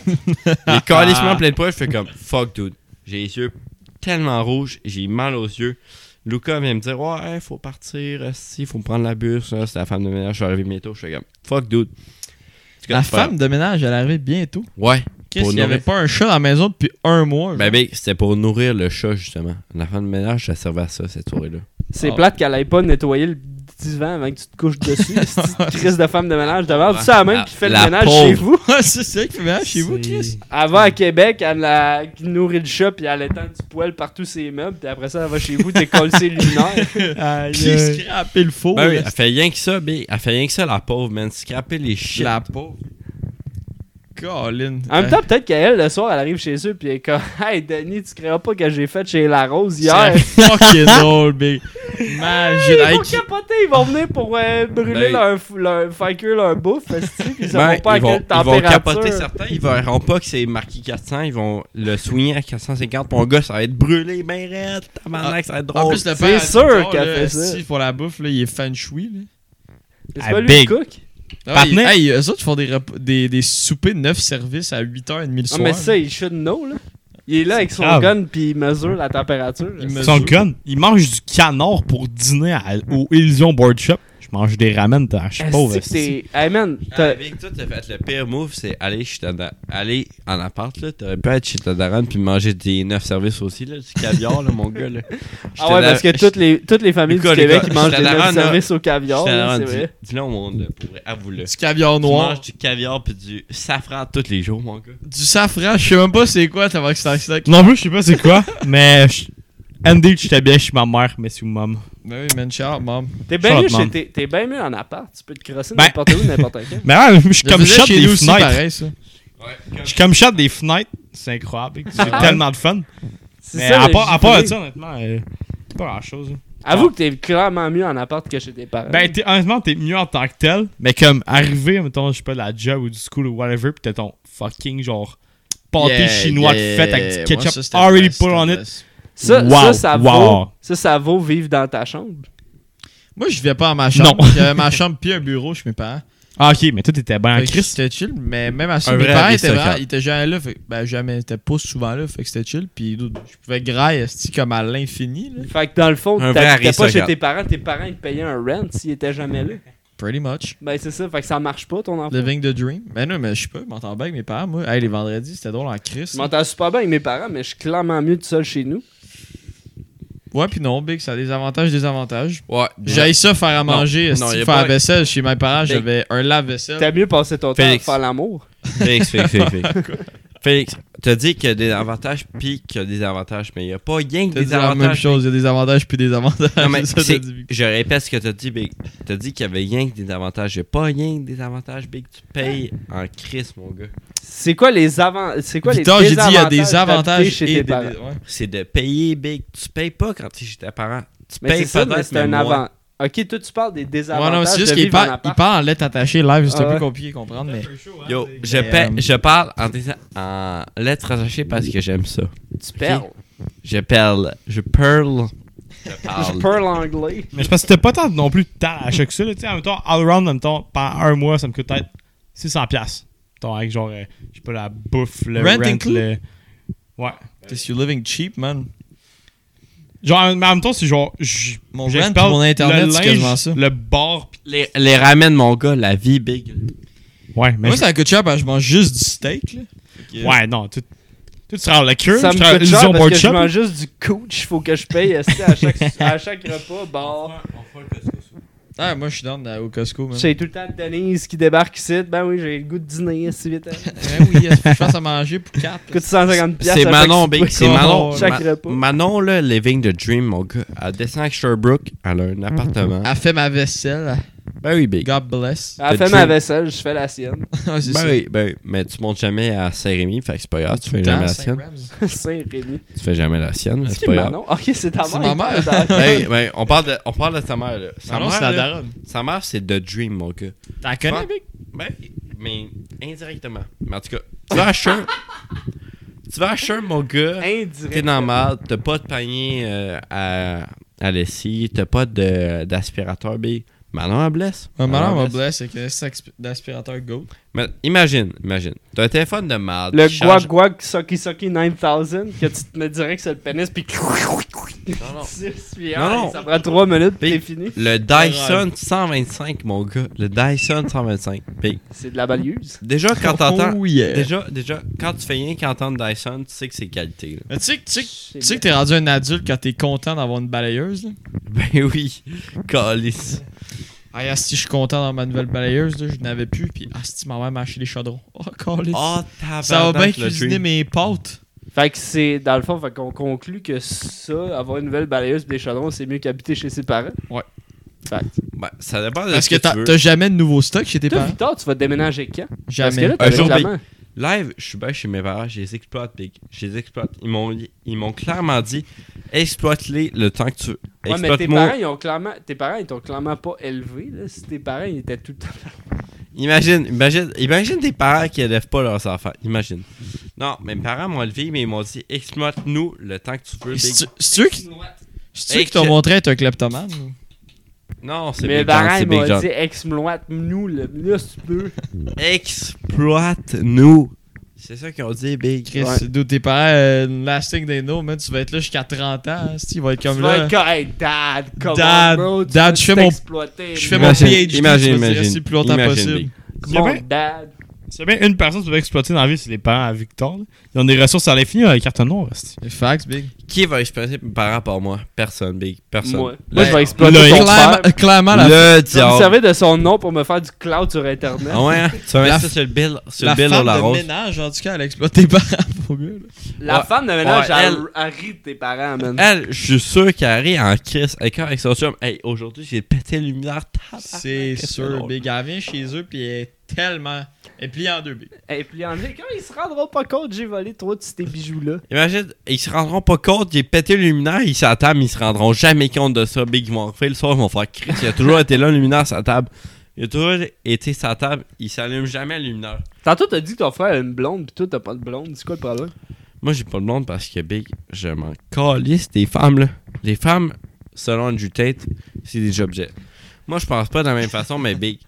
S5: Il est
S4: *laughs*
S5: calissement plein de poils. Je fais comme, fuck, dude. J'ai les yeux tellement rouges. J'ai mal aux yeux. Luca vient me dire, ouais, faut partir. euh, Si, faut prendre la bus. euh, C'est la femme de ménage. Je suis arrivé bientôt. Je fais comme, fuck, dude. En tout cas,
S2: La
S5: c'est pas-
S2: femme de ménage, elle arrivait bientôt.
S5: Ouais.
S2: Qu'est-ce
S5: Pour
S2: qu'il n'y avait
S5: nourrir.
S2: pas un chat dans la maison depuis un mois? *laughs*
S5: Ben, ben, c'était pour nourrir le chat, justement. La femme de ménage, ça servait à ça, cette soirée-là.
S4: C'est
S2: Ah.
S4: plate qu'elle aille pas nettoyer le divan avant que tu te couches
S5: *laughs*
S4: dessus. C'est crise de femme de ménage de merde.
S5: Ouais.
S4: Tu sais, la même
S5: La-
S4: qui fait le
S5: la
S4: ménage
S5: pauvre.
S4: chez vous.
S2: Ah, c'est ça qui fait mal chez vous, Chris.
S4: Elle va à Québec, elle la- qui nourrit le chat, puis elle étend du poil partout ses meubles, puis après ça, elle va chez vous décoller ses luminaires.
S1: Aïe,
S2: Puis
S1: aïe.
S2: scraper le four.
S5: Ben oui,
S2: là.
S5: elle fait rien que ça, B. Elle fait rien que ça, la pauvre, man. Scraper les shit.
S2: la pauvre. Colin. euh,
S4: En même temps, peut-être qu'elle, le soir, elle arrive chez eux, puis elle est comme Hey, Denis, tu crois pas que j'ai fait chez La Rose hier?
S2: C'est
S4: *laughs*
S2: fucking drôle, big. Imagine.
S4: Ils *laughs*
S2: hey,
S4: vont
S2: qui-
S4: capoter, ils vont venir pour euh, brûler
S5: Ben-
S4: leur, f- leur faire cuire leur bouffe, esti, puis ils
S5: Ben,
S4: sauront pas à
S5: ils, vont,
S4: quelle
S5: ils vont
S4: température.
S5: capoter certains, ils verront pas que c'est marqué 400, ils vont le soigner à 450. Mon gars, ça va être brûlé, ben raide, tabarnak, ça va être
S1: Oh,
S2: En
S4: Ah,
S5: drôle.
S2: plus, le père.
S4: C'est sûr
S2: Victor,
S4: qu'elle
S2: là,
S4: fait ça.
S2: esti, pour la bouffe, là, il est fan choui, là.
S4: C'est
S1: Ah,
S4: pas lui
S1: big.
S4: le cook?
S2: Ah, ouais,
S1: Partenaire.
S2: hey, eux autres font des, rep- des, des soupers de 9 services à 8h30 le
S4: Non,
S2: soir.
S4: mais ça, il should know, là. Il est là avec son
S1: grave.
S4: gun, puis il mesure la température.
S2: Il me-
S1: Son gun, il mange du canard pour dîner à- au Illusion Board Shop. Je mange des ramen de hache pauvre.
S4: Est-ce que t'es. Hey man, t'as-
S5: Avec Ah, toi, t'as fait le pire move, c'est aller chez ta da- aller en appart, là. T'aurais pu être chez ta daronne puis manger des neuf services aussi, là, du caviar, là, mon gars,
S4: *laughs*
S5: là.
S4: Ah ouais, parce que toutes les, toutes les familles
S5: Lucas,
S4: du Québec
S5: Lucas,
S4: ils mangent
S5: j'étais
S4: des
S5: à la
S4: neufs
S5: rande, là.
S4: services au caviar, là, c'est vrai.
S5: Dis-le au monde, là, pour vrai, avoue-le.
S2: Du caviar
S5: Tu
S2: noir.
S5: manges du caviar puis du safran tous les jours, mon gars.
S2: Du safran, je sais même pas c'est quoi, t'as que c'est
S1: Non plus, je sais pas c'est quoi, *laughs* mais je- Andy, j'étais bien chez ma mère, mais c'est maman.
S2: Ben oui, man, shout out, mom.
S4: T'es bien mieux,
S1: Short, man.
S4: chez- t'es- t'es bien mieux en appart, tu peux te crosser
S1: Ben-
S4: n'importe où, n'importe quand. *laughs*
S1: Mais ouais, je suis
S2: Je le
S1: comme
S2: faisais
S1: shot
S2: chez
S1: des
S2: nous aussi,
S1: fenêtres.
S2: pareil, ça.
S1: Je suis comme shot des fenêtres. C'est incroyable. C'est
S2: Ouais.
S1: tellement de fun.
S4: C'est
S1: Mais
S4: ça,
S1: à
S4: le
S1: part, à
S4: gigoler.
S1: part ça, honnêtement, euh, pas grand chose.
S4: Avoue que t'es clairement mieux en appart que chez tes parents.
S2: Euh,
S1: Ben, t'es- honnêtement, t'es mieux en tant que tel, mais comme arrivé, mettons, je sais pas, de la job ou du school ou whatever, pis t'as ton fucking genre pâté
S2: Yeah,
S1: chinois
S2: yeah.
S1: de fête avec du
S2: Moi,
S1: ketchup
S2: ça, c'était
S1: already
S2: nice,
S1: put on
S2: c'était
S1: it.
S2: nice.
S4: ça,
S1: wow,
S4: ça, ça,
S1: wow.
S4: vaut, ça, ça vaut vivre dans ta chambre.
S2: Moi, je vivais pas dans ma chambre.
S1: Non.
S2: J'avais ma chambre puis un bureau chez mes parents.
S1: Ah, ok, mais toi, t'étais bien en
S2: Fait que
S1: crise.
S2: C'était chill, mais même à ça,
S5: Un
S2: mes
S5: vrai
S2: parents étaient,
S5: aristocrate.
S2: vraiment- ils étaient jamais là. Fait, que- ben, jamais, ils étaient pas souvent là. Fait que c'était chill. Puis dude, je pouvais grailler esti, comme à l'infini. là.
S4: Fait que dans le fond,
S5: Un vrai
S4: t'habitais pas chez
S5: aristocrate.
S4: tes parents, tes parents ils te payaient un rent s'ils étaient jamais là.
S2: Pretty much.
S4: Ben c'est ça, fait que ça marche pas ton enfant.
S2: Living the dream. Ben non, mais je sais pas, je m'entends bien avec mes parents. Moi, hey, les vendredis, c'était drôle en
S4: Je
S2: crise.
S4: m'entends super bien avec mes parents, mais je suis clairement mieux tout seul chez nous.
S2: Ouais, puis non, Big, ça a des avantages, des avantages.
S5: Ouais.
S2: J'aille ça faire à manger,
S5: Non,
S2: esti,
S5: non, y a
S2: faire
S5: pas-
S2: la vaisselle. Chez mes parents, j'avais un lave-vaisselle.
S4: T'as mieux passé ton temps à
S5: Félix.
S4: faire l'amour.
S5: Félix, Félix, Félix. Félix. Félix, t'as dit qu'il y a des avantages puis qu'il y a des avantages, mais il n'y a pas rien que
S2: T'as dit
S5: des
S2: la même
S5: avantages.
S2: chose, il y a des avantages puis des avantages.
S5: Non, mais
S2: C'est *laughs* ça, t'as
S5: c'est-
S2: dit, Big.
S5: je répète ce que t'as dit, Big. T'as dit qu'il y avait rien que des avantages. Il n'y a pas rien que des avantages, Big. Tu payes en crise, mon gars.
S4: C'est quoi les avant C'est quoi
S2: Victor,
S4: les
S2: j'ai dit il y a
S4: désavantages
S2: des
S4: d'habiter
S2: avantages
S4: chez
S2: et des.
S4: tes parents?
S2: ouais.
S5: C'est de payer, Big. Tu payes pas quand t'es chez tes parents. Tu
S2: Ben,
S4: Mais c'est
S5: payes
S4: ça, mais
S5: peut-être,
S4: c'est un
S5: mais moins.
S4: avant. Ok, toi tu parles des
S2: Ouais,
S4: désavantages
S2: non, c'est
S4: de
S2: juste qu'il
S4: vivre en
S2: parle, il
S4: appart.
S2: parle en lettres attachées live, c'est
S4: Ah
S2: un
S4: ouais.
S2: peu compliqué à comprendre, mais.
S3: un show, hein,
S5: Yo,
S3: c'est-
S5: je,
S2: Mais,
S5: paie-
S2: euh,
S5: je parle en, dés- en lettres attachées parce que j'aime ça.
S4: Tu perles.
S5: Je perle. Je perle. Je
S2: Ah,
S4: Je
S5: parle.
S4: perle anglais.
S1: Mais je pense que t'as pas tant non plus de temps à chaque ça. là. Tu sais, en même temps, all around, en même temps, pendant un mois, ça me coûte peut-être 600$. piastres. Mettons, avec genre, euh, je sais pas, la bouffe, le
S2: Rent
S1: rent,
S2: inclus?
S1: le- Ouais.
S2: Cause you're living cheap, man.
S1: Genre, mais en même temps, c'est genre. j-
S2: Mon
S1: j'espère
S2: rent pis mon
S1: le
S2: internet, c'est
S1: linge,
S2: quasiment ça.
S1: Le bar, pis.
S5: Les, les ramènes, mon gars, la vie, Big.
S1: Ouais, mais.
S2: Moi, ça coûte cher parce que je mange juste du steak, là.
S1: je- Ouais, non, tu. Tu te rends le cœur,
S4: Ça
S1: tu
S4: me
S1: te rends
S4: coûte cher
S1: l'illusion
S4: parce
S1: board
S4: que je
S1: shop.
S4: mange juste du coach. Faut que je paye esti, à
S2: *laughs*
S4: chaque, à chaque repas. Bon,
S2: Ah, moi, je suis dans au Costco, man.
S4: c'est tout le temps Denise qui débarque ici. Ben oui, j'ai le goût de dîner si vite. hein.
S2: Eh oui, est-ce que je fasse à manger pour 4
S4: Coûte 150 pièces.
S5: C'est Manon, Big.
S2: ben,
S5: C'est
S2: Oh,
S5: Manon.
S4: *laughs* Chaque
S5: Ma-
S4: repas.
S5: Manon, là, Living the Dream, mon gars. Elle descend à Sherbrooke. Elle a un appartement.
S2: Elle fait ma vaisselle.
S5: Ben oui, Big.
S2: God bless.
S5: The
S4: Elle fait
S5: drink.
S4: ma vaisselle, je fais la sienne. *laughs*
S2: *laughs* Ah, c'est
S5: Ben
S2: ça.
S5: oui, ben oui. Mais tu montes jamais à Saint-Rémy, fait que c'est pas grave. Tu fais jamais la
S2: Dans Saint
S5: sienne.
S2: Rams.
S4: C'est Rémi.
S5: Tu fais jamais la sienne,
S4: C'est
S5: c'est
S4: qui
S5: pas grave.
S4: Manon? Ok, c'est ta mère.
S2: C'est ma
S4: *laughs*
S2: mère. *laughs*
S4: D'accord.
S5: Ben, oui, ben, on parle de, on parle de sa mère, là. Sa
S2: Ah non, c'est
S5: mère,
S2: la
S5: là,
S2: daronne.
S5: sa mère, c'est The Dream, mon gars.
S2: T'en
S5: Ouais.
S2: connais, Big?
S5: Ben, mais indirectement. Mais en tout cas, tu vas à
S2: *laughs*
S5: Sherm. tu vas à Sherm, mon gars.
S4: Indirect.
S5: T'es dans la merde, t'as pas de panier euh, à, à lessive, t'as pas de- d'aspirateur, B. Manon, elle blesse.
S2: Ma mère m'a
S5: elle
S2: blessé avec un sac d'aspirateur Go.
S5: Mais imagine, imagine. T'as un téléphone de merde.
S4: Le
S5: qui charge-
S4: guac guac soki soki 9000 que tu te mets direct sur le pénis puis
S5: Non,
S4: *laughs*
S5: non.
S4: non,
S5: Non, non.
S4: ça prend 3 minutes puis
S5: Big.
S4: t'es fini.
S5: Le Dyson 125, mon gars. Le Dyson 125. Puis,
S4: C'est de la balieuse.
S5: déjà, quand t'entends.
S2: Oh yeah.
S5: Déjà, déjà, quand tu fais rien qu'entendre Dyson, tu sais que c'est qualité. là. *laughs*
S2: Mais tu sais que- tu sais que- tu sais que t'es rendu un adulte quand t'es content d'avoir une balayeuse, là.
S5: Ben oui, calice.
S2: Ah, asti, je suis content dans ma nouvelle balayeuse, là. Je n'avais plus, puis asti, ma mère m'a acheté des chaudrons. Oh, câlisse.
S5: Oh,
S2: Ça va bien
S5: tabarnak, le
S2: cuisiner
S5: dream.
S2: mes pâtes.
S4: Fait que c'est dans le fond fait qu'on conclut que ça avoir une nouvelle balayeuse pis des chaudrons c'est mieux qu'habiter chez ses parents.
S2: Ouais.
S4: Fait.
S5: Ben, ça dépend de
S2: Parce
S5: ce
S2: que
S5: que,
S2: t'as
S5: tu veux.
S2: t'as jamais de nouveau stock chez tes
S4: Toi
S2: parents.
S4: Victor, tu vas déménager quand Parce que
S2: Jamais.
S4: là t'as
S5: Un jour, ben,
S4: réclamant.
S5: Live, je suis bien chez mes parents, je les exploite, big. Je les exploite. Ils m'ont, ils m'ont clairement dit, exploite-les le temps que tu veux.
S4: Ouais, mais tes
S5: Exploite-moi.
S4: parents, ils ont clairement, tes parents, ils t'ont clairement pas élevé. Là. Si tes parents, ils étaient tout le temps.
S5: Imagine, imagine, imagine des parents qui élèvent pas leurs enfants. Imagine. Non, mes parents m'ont élevé, mais ils m'ont dit, exploite-nous le temps que tu veux, big.
S2: C'est-tu c'est-tu qui- c'est-tu
S5: Hey,
S2: qui t'ont
S5: que-
S2: montré être un kleptomane? ou?
S5: Non, c'est Big
S4: Mes
S5: John,
S4: parents,
S5: c'est
S4: ils
S5: Big
S4: m'ont
S5: John.
S4: dit, exploite-nous le plus tu peux.
S5: Exploite-nous. C'est ça qu'ils ont dit, big.
S2: Chris, d'où tes parents, euh, last thing they know, man, tu vas être là jusqu'à 30 ans. hein, si, Il va être comme
S4: tu
S2: là.
S4: vas être hey, dad, come
S2: Dad,
S4: on, bro, tu
S2: dad,
S4: veux
S2: je fais mon-
S4: t'exploiter,
S2: Je fais mon
S5: Imagine,
S2: PhD,
S5: imagine,
S2: tu vas
S5: imagine.
S2: rester le plus longtemps
S5: Imagine, Big.
S2: possible.
S4: mon
S1: Mon-
S4: dad.
S1: C'est bien une personne que tu veux exploiter dans la vie, c'est les parents à Victor. là. Ils ont des ressources à l'infini euh, avec carte noire. c'est-
S2: Les facts, big.
S5: Qui va exploiter mes parents par moi? Personne, big. Personne.
S4: Moi, moi
S5: Ben,
S4: je vais exploiter
S1: Loïc.
S4: ton père.
S2: Clairement, clairement, la,
S5: Le
S4: Je vais me
S5: diable.
S4: servir de son nom pour me faire du cloud sur internet.
S5: Ah ouais, hein? tu vas
S2: La
S5: mettre ça
S2: f-
S5: sur le bill, sur
S2: la
S5: le bill
S2: femme
S5: ou la
S2: de
S5: rose.
S2: ménage, en tout cas, elle exploite tes parents pour mieux.
S5: Ah,
S2: là.
S4: La
S5: Ouais.
S4: femme de ménage,
S5: Ouais,
S4: elle,
S5: elle-
S4: elle rit de tes parents, man.
S5: Elle, je suis sûr qu'elle arrive en crise. Elle quand avec son chum, hey, aujourd'hui, j'ai pété le luminaire. tabarnak,
S2: C'est
S5: que
S2: sûr,
S5: ah, drôle.
S2: big. Elle vient chez eux, puis elle est tellement. Elle est pliée en deux, big.
S4: Et puis en dit, quand ils se rendront pas compte, j'ai volé trop de tes bijoux-là.
S5: Imagine, ils se rendront pas compte, j'ai pété le luminaire, ils s'attendent, mais ils se rendront jamais compte de ça. Big, ils vont refaire le soir, ils vont faire Chris. Il a
S2: *laughs*
S5: toujours été là, le luminaire, sa table. Il a toujours été sa table, il s'allume jamais le luminaire.
S4: Tantôt, t'as dit que ton frère a une blonde, pis toi, t'as pas de blonde. C'est quoi le problème?
S5: Moi, j'ai pas le monde parce que Big, je m'en calisse des femmes, là. Les femmes, selon Andrew Tate, c'est des objets. Moi, je pense pas de la même façon, mais Big.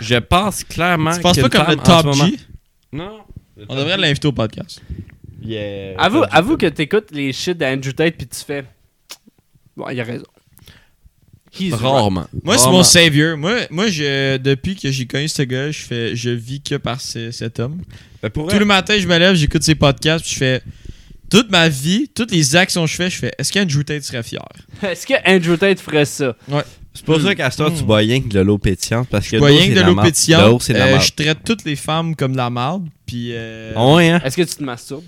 S5: Je pense clairement
S2: Tu penses
S5: qu'une
S2: pas comme
S5: femme,
S2: le
S5: en
S2: Top
S5: ce
S2: G
S5: moment- Non. Le
S2: On
S5: Top
S2: devrait
S5: G.
S2: l'inviter au podcast.
S5: Yeah,
S4: Avoue,
S5: Top G.
S4: avoue que t'écoutes les shit d'Andrew Tate puis tu fais. Bon, il a raison. He's right.
S5: Rarement.
S2: Moi, c'est
S5: Rarement.
S2: mon savior. Moi, moi je, depuis que j'ai connu ce gars, je, fais, je vis que par ce- cet homme.
S5: Ben, pour
S2: Tout le matin, je me lève, j'écoute ses podcasts, puis je fais. Toute ma vie, toutes les actions que je fais, je fais. Est-ce qu'Andrew Tate serait fier
S4: Est-ce que Andrew Tate ferait ça?
S5: C'est pour ça qu'à ce temps, tu bois rien que de l'eau pétillante parce que
S2: Hmm. Je vois
S5: l'eau,
S2: rien
S5: c'est
S2: que de
S5: la
S2: l'eau
S5: marde. L'eau,
S2: pétillante.
S5: c'est de la
S2: euh,
S5: marde.
S2: je traite toutes les femmes comme de la marde, puis. euh,
S5: Ah ouais, hein?
S4: Est-ce que tu te masturbes?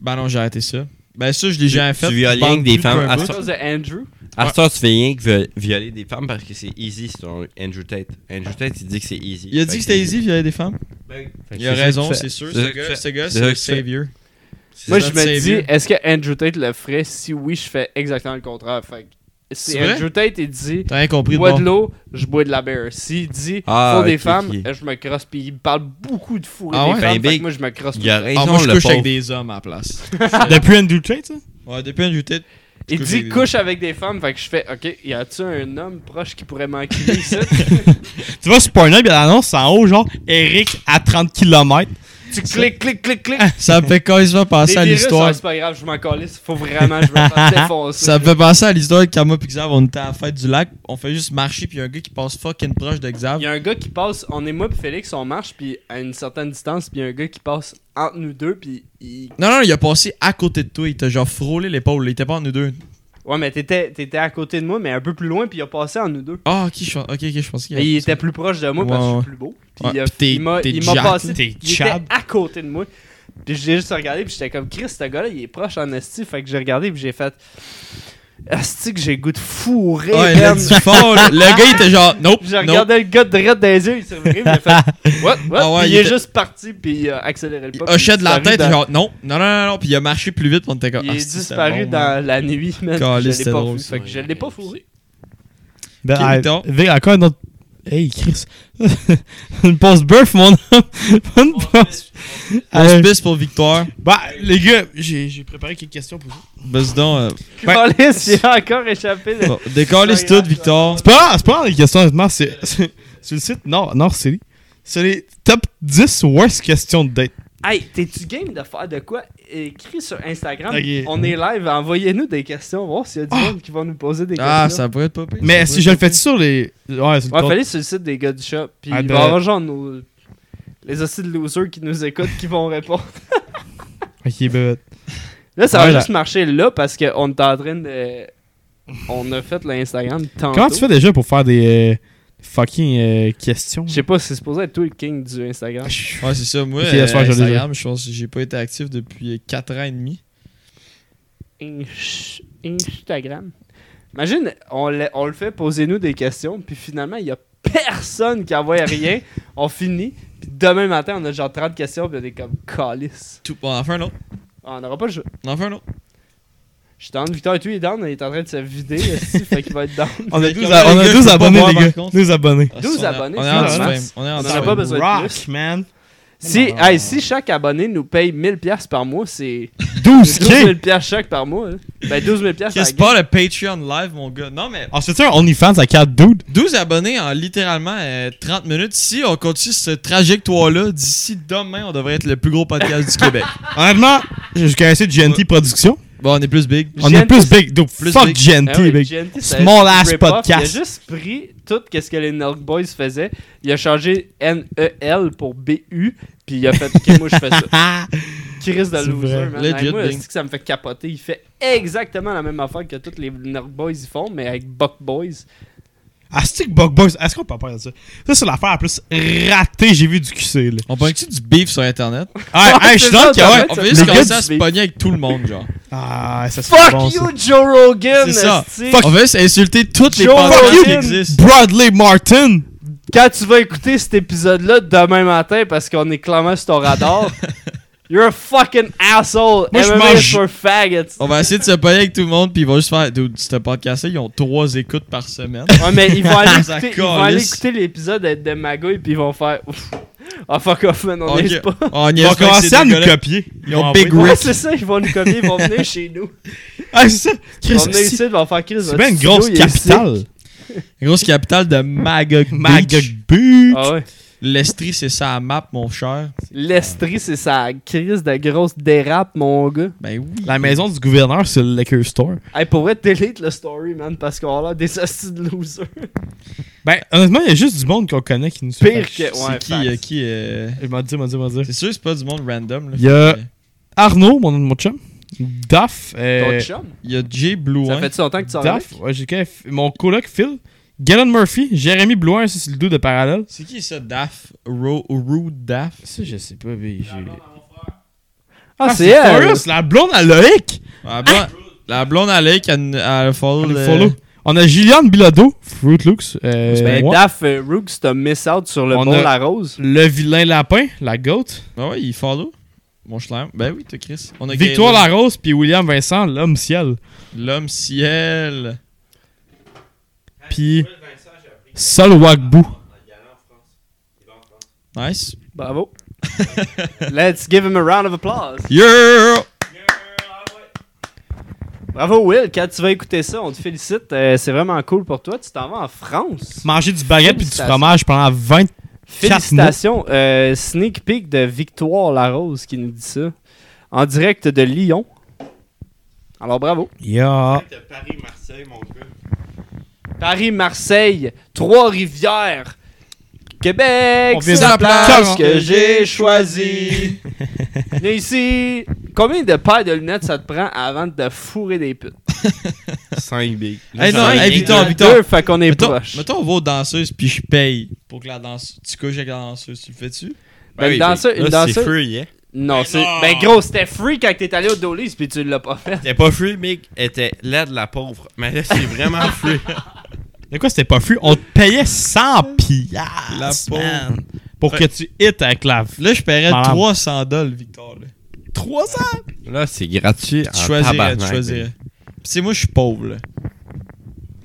S2: Ben non, j'ai arrêté ça. Ben ça, je l'ai jamais
S5: tu
S2: fait.
S5: violes
S2: Je parle
S5: rien que des
S2: plus
S5: femmes
S2: peu
S5: à
S2: importe.
S4: À cause de Andrew?
S5: À ce temps, tu fais rien que vi- violer des femmes parce que c'est easy selon Andrew Tate. Andrew Tate, il dit que c'est easy.
S2: Il a
S5: Ah, Fait
S2: dit que c'était easy, violer des femmes.
S5: Ben, Fait que
S2: Il a
S5: c'est ça
S2: raison,
S5: que tu fais.
S2: c'est sûr.
S5: C'est ça
S2: Ce
S5: que tu
S2: gars,
S5: fais.
S2: ce gars,
S5: C'est
S2: c'est
S5: ça
S2: le
S5: que tu fais.
S2: savior.
S4: Moi,
S2: ça,
S4: je
S2: notre
S4: me dis,
S2: savior.
S4: est-ce que Andrew Tate le ferait? Si oui, je fais exactement le contraire. Fait que si
S2: C'est vrai?
S4: Andrew Tate, il dit,
S2: T'as rien
S4: je
S2: compris de
S4: bois
S2: bon.
S4: de l'eau, je bois de la bière. S'il dit,
S5: Ah,
S4: pour
S5: ok,
S4: des femmes,
S5: ok.
S4: je me crosse. Puis il parle beaucoup de fou
S2: Ah
S4: des
S2: ouais?
S4: femmes,
S5: Ben,
S4: fait que
S5: big.
S4: moi, je me crosse. tout
S5: Il
S4: le
S5: a
S4: temps.
S5: raison,
S2: Ah, moi, je
S5: le
S2: couche avec
S5: pauvre.
S2: des hommes à la place.
S1: Depuis Andrew Tate, ça?
S2: Ouais, depuis Andrew Tate. je
S4: Il
S2: couche
S4: dit
S2: avec des-
S4: couche avec des femmes, fait que je fais ok, y a-tu un homme proche qui pourrait m'enculer ici
S2: *laughs*
S1: Tu vois, sur Pornhub, il y a l'annonce en haut, genre Eric à 30 km.
S4: Tu cliques, cliques, cliques, cliques.
S2: Ça me fait *laughs* quasiment penser
S4: Les
S2: à
S4: virus,
S2: l'histoire.
S4: ouais, c'est pas grave, je m'en calisse, faut vraiment, je me
S2: *laughs*
S4: fasse défoncer.
S2: Ça me fait penser à l'histoire de Kama et Xav. On était à la fête du lac, on fait juste marcher, puis y a un gars qui passe fucking proche de Xav.
S4: Il y a un gars qui passe, on est moi puis Félix, on marche puis à une certaine distance, puis il y a un gars qui passe entre nous deux puis il...
S2: Non, non, il a passé à côté de toi, il t'a genre frôlé l'épaule, il était pas en nous deux.
S4: Ouais, mais t'étais, t'étais à côté de moi mais un peu plus loin puis il a passé entre nous deux.
S2: Ah, ok, je, ok, ok, je pense qu'il a
S4: Mais il
S2: fait ça.
S4: était plus proche de moi parce que je
S2: Ouais,
S4: suis
S2: ouais.
S4: plus beau. Puis
S2: Ouais,
S4: il, a-
S2: puis t'es-
S4: il m'a,
S2: t'es
S4: il m'a
S2: jack,
S4: passé,
S1: t'es
S4: il était
S1: chab.
S4: à côté de moi. Puis j'ai juste regardé, puis j'étais comme, Chris, ce gars-là, il est proche en esti. Fait que j'ai regardé, puis j'ai fait, esti que j'ai le goût de fourrer,
S2: Ouais, il a
S4: man.
S2: dit fort, là. Le gars, il était genre, nope,
S4: Puis *laughs* j'ai
S2: nope.
S4: regardé le gars de dans les yeux, il s'est viré, puis il a
S2: *laughs*
S4: fait, what, what?
S2: Ah ouais,
S4: Puis il,
S2: il
S4: est
S2: était-
S4: juste parti, puis il a accéléré le
S2: Il
S4: pas. puis
S2: hochait de la
S4: disparu
S2: tête,
S4: dans-
S2: genre, non, non, non, non, non, puis il a marché plus vite, puis on était comme,
S4: Il
S2: ah,
S4: est
S2: c'est
S4: disparu
S2: bon, man.
S4: dans la nuit, man.
S2: Calais,
S4: Je l'ai
S2: c'était
S4: pas
S2: drôle,
S4: vu,
S2: ça.
S4: fait que je l'ai pas fourré.
S1: Ben,
S2: Qui,
S1: ah,
S2: donc?
S1: Vic, encore une autre. Hey, Chris. *laughs* une pause bœuf, mon homme. *laughs* Pas une pause.
S2: On se
S1: Euh,
S2: pisse pour
S4: *laughs*
S2: victoire.
S1: bah, les gars, j'ai j'ai préparé quelques questions pour vous.
S2: Ben, dis donc, euh, Ouais.
S4: Calais, il a encore échappé. le-
S2: bon, décalisse
S4: C'est pas
S2: tout,
S4: grave,
S2: Victor.
S1: C'est pas, c'est pas dans les questions, honnêtement. C'est c'est- sur le site Nord, Nord City. C'est les top 10 worst questions de date.
S4: Hey, t'es-tu game de faire de quoi? Écris sur Instagram.
S1: Ok. Ah!
S4: On est live. Envoyez-nous des questions. Voir s'il y a du monde qui va nous poser des
S2: Ah,
S4: questions.
S2: ça pourrait être pas pire,
S1: Mais
S2: ça
S1: si
S2: pourrait
S1: je le
S2: être pas
S1: fais sur les. Ouais, sur le
S4: Ouais,
S1: compte-
S4: fallait sur le site des gars du shop. Puis
S1: Ah,
S4: il
S1: de-
S4: va y avoir genre nos... les hosties de losers qui nous écoutent qui vont répondre.
S1: Ok, ben.
S4: Là, ça va
S1: Ouais, là.
S4: juste marcher là parce qu'on est en train de. On a fait l'Instagram tantôt.
S1: Comment tu fais déjà pour faire des euh, fucking euh, questions
S4: Je sais pas, c'est supposé être toi le king du Instagram.
S2: pire. Ouais, c'est ça. Moi,
S1: Ok,
S2: euh,
S1: à ce soir, je l'ai
S2: Instagram, je pense que j'ai pas été actif depuis 4 ans et demi.
S4: Inch- Instagram. Imagine, on, l'a- on le fait, posez-nous des questions, puis finalement, il n'y a personne qui envoie rien. on finit, puis demain matin, on a genre 30 questions, puis on est comme calice. Ah,
S2: Tout, on en fait un autre.
S4: On n'aura pas le jeu.
S2: On en fait un autre.
S4: Je suis down, Victor et tout, il est down, il est en train de se vider, esti, fait qu'il va être down.
S1: On a
S2: Mais
S1: 12,
S2: comme
S1: a-
S2: les
S1: on a 12
S2: gars, je peux pas
S1: abonnés,
S2: voir,
S1: les gars.
S2: par contre.
S1: 12 abonnés.
S2: Ah,
S4: 12
S2: on a-
S4: abonnés,
S2: On est
S4: c'est
S2: en
S1: vraiment.
S2: fame. On est en
S4: On en a
S2: fame.
S4: pas besoin de
S1: Rock,
S4: plus.
S1: man.
S4: Si,
S1: Ah.
S4: hey, si chaque abonné nous paye 1000$ par mois, c'est
S1: 12
S4: 12 000$
S1: k
S4: piastres chaque par mois. hein. Ben 12 000$ par
S2: Qu'est-ce pas le Patreon live, mon gars? Non, mais
S1: On se fait un Ah, OnlyFans à 4 dudes.
S2: 12 abonnés en littéralement euh, 30 minutes. Si on continue cette trajectoire-là, d'ici demain, on devrait être le plus gros podcast du
S4: *laughs*
S2: Québec.
S1: Honnêtement, je je connaissais GNT Productions.
S2: Bon, on est plus big.
S1: On est
S4: GNT,
S1: plus big, dude.
S2: plus
S1: Fuck
S2: big.
S1: GNT,
S4: Ah oui,
S1: big.
S4: GNT, ça
S1: Small
S4: a
S1: ass
S4: rip-off.
S1: podcast.
S4: Il a juste pris tout ce que les North Boys faisaient. Il a changé N-E-L pour B-U. Puis il a fait, ok, moi je *laughs* fais ça.
S1: Ah!
S4: Chris de
S1: C'est vrai.
S4: loser, man.
S2: Legit,
S4: Hey, moi,
S2: Bing.
S4: c'est que ça me fait capoter. Il fait exactement la même affaire que tous les North Boys y font, mais avec Buck Boys.
S1: Astic ah, Bug Boys, est-ce qu'on peut parler de ça? Ça, c'est l'affaire la plus ratée que j'ai vue du QC, là.
S2: On pogne-tu du beef sur
S4: *laughs*
S2: Internet?
S1: Ah, Hey, hey, je
S4: c'est
S1: suis d'accord
S4: ça,
S1: que,
S4: t'as
S1: ouais.
S4: fait.
S2: On
S4: ça
S2: fait
S1: fait
S2: juste
S1: mal.
S2: commencer à
S4: Du
S2: se
S4: beef.
S2: pogner avec tout le monde, genre.
S1: Ah, ça serait
S4: Fuck
S1: bon,
S4: you,
S1: ça.
S4: Joe Rogan!
S2: C'est ça.
S4: esti.
S2: On va juste insulter toutes les
S4: Joe
S2: podcasts qui
S4: Rogan.
S2: existent.
S1: Bradley Martin!
S4: Quand tu vas écouter cet épisode-là demain matin, parce qu'on est clairement sur ton
S1: *laughs*
S4: radar, you're a fucking asshole!
S1: Moi, je
S4: MMA
S1: mange-
S4: for faggots!
S2: On va essayer de se pogner avec tout le monde, puis ils vont juste faire. Dude, ce podcast-là, ils ont trois écoutes par
S4: *laughs*
S2: semaine.
S4: Ouais, mais ils vont aller écouter,
S2: Ça
S4: ils vont aller
S2: calisse.
S4: écouter l'épisode de, de Magouille puis ils vont faire Ouf. Ah fuck off man, on
S2: Ok.
S4: niaise pas.
S2: On y
S1: Ils
S2: est
S1: ont
S2: pas avec
S1: commencé
S2: ces
S1: à nous
S2: deux gars-là.
S1: copier.
S2: Ils ont
S1: Ah,
S2: big
S1: oui.
S4: Ouais,
S2: Rick.
S4: c'est ça, ils vont nous copier, ils vont venir chez nous.
S1: Ah, c'est ça. Chris,
S4: On est
S1: si-
S4: ici, on va faire Chris.
S1: c'est
S4: votre
S1: bien une
S4: studio,
S1: grosse
S4: il est
S1: capitale.
S2: La grosse capitale de Magog
S1: Magog
S2: Beach.
S1: Beach.
S4: sick. Ah ouais.
S2: L'Estrie, c'est ça à map, mon cher.
S4: L'Estrie, c'est sa crise de grosse dérape, mon gars.
S2: Ben oui.
S1: La maison du gouverneur, c'est le liquor store.
S4: Hey, pour vrai, delete le story, man, parce qu'on a l'air des hosties de losers.
S1: Ben, honnêtement, il y a juste du monde qu'on connaît qui nous suit.
S4: Pire que.
S2: C'est
S4: Ouais,
S2: qui,
S4: facts.
S2: euh, qui euh,
S1: Je m'en dis, m'en dis, m'en dis.
S2: C'est sûr, c'est pas du monde random. là.
S1: Il y a-
S2: Fait que,
S1: Arnaud, mon, mon chum. Daf. euh,
S4: Ton chum?
S2: Il y a Jay Blouin.
S4: Ça fait-tu longtemps que tu sors
S1: Daf,
S4: avec?
S1: ouais, j'ai qu'un- mon coloc Phil. Galen Murphy, Jérémy Blouin, ça c'est le dos de parallèle.
S2: C'est qui ça, Daf Ro- Rude Daf
S1: Ça, je sais pas, mais j'ai.
S4: Ah, c'est elle!
S1: Taurus, la blonde à Loïc!
S2: La blonde, la blonde à Lake, elle, elle follow.
S1: On
S2: le-
S1: les follow. On a Juliane Bilodeau, Fruit Looks. euh,
S4: Ben,
S1: moi.
S4: Daf euh, Rook, c'est un miss out sur le
S1: On
S4: mont
S1: a-
S4: La Rose.
S1: Le vilain lapin, la goat.
S2: Ah ouais, il follow. Mon chelem. Ben oui, t'as Chris. On a
S1: Victoire
S2: Galen,
S1: Larose, puis William Vincent, l'homme ciel.
S2: L'homme ciel.
S1: Puis Sol Wagbou.
S2: Nice.
S4: Bravo. Let's give him a round of applause.
S2: Yeah!
S4: Bravo, Will. Quand tu vas écouter ça, on te félicite. Euh, c'est vraiment cool pour toi. Tu t'en vas en France.
S1: Manger du baguette puis du
S4: Félicitations.
S1: fromage pendant 20
S4: Félicitations. Euh, sneak peek de Victoire Larose qui nous dit ça. En direct de Lyon. Alors, bravo.
S5: Ah.
S1: Yeah.
S5: Paris-Marseille, mon gars.
S4: Paris, Marseille, Trois-Rivières, Québec,
S1: On
S4: c'est
S1: vient
S4: la
S1: de la
S4: place
S1: place
S4: que j'ai choisie. Viens ici. Combien de paires de lunettes ça te prend avant de fourrer des putes?
S5: 5 big.
S2: Hey, non,
S5: *laughs* Cinq
S2: hey,
S5: big.
S2: Victor,
S4: Deux,
S2: Victor.
S4: fait qu'on est
S2: Mettons,
S4: proche.
S2: mettons, on va aux danseuses, puis je paye pour que la danseuse. Tu couches avec la danseuse, tu le fais-tu?
S4: Ben, une danseuse- une
S5: Là,
S4: danseuse-
S5: C'est free, hein.
S4: Non, c'est.
S2: non.
S4: Ben gros, c'était free quand t'es allé au Dolly's puis tu l'as pas fait.
S5: C'était pas free, big. Elle était laide, la pauvre. Mais là, c'est *laughs* vraiment free.
S1: De quoi c'était pas fou? On te payait 100 piastres,
S2: La pauvre.
S1: man, Pour
S2: Ouais.
S1: que tu hits avec la... v-
S2: Là, je paierais
S1: Madame.
S2: 300 dollars, Victor. Là.
S1: 300?
S5: Là, c'est gratuit.
S2: Tu
S5: en
S2: choisirais, tu
S5: tabarnak,
S2: choisirais. Puis C'est moi, je suis pauvre. Là.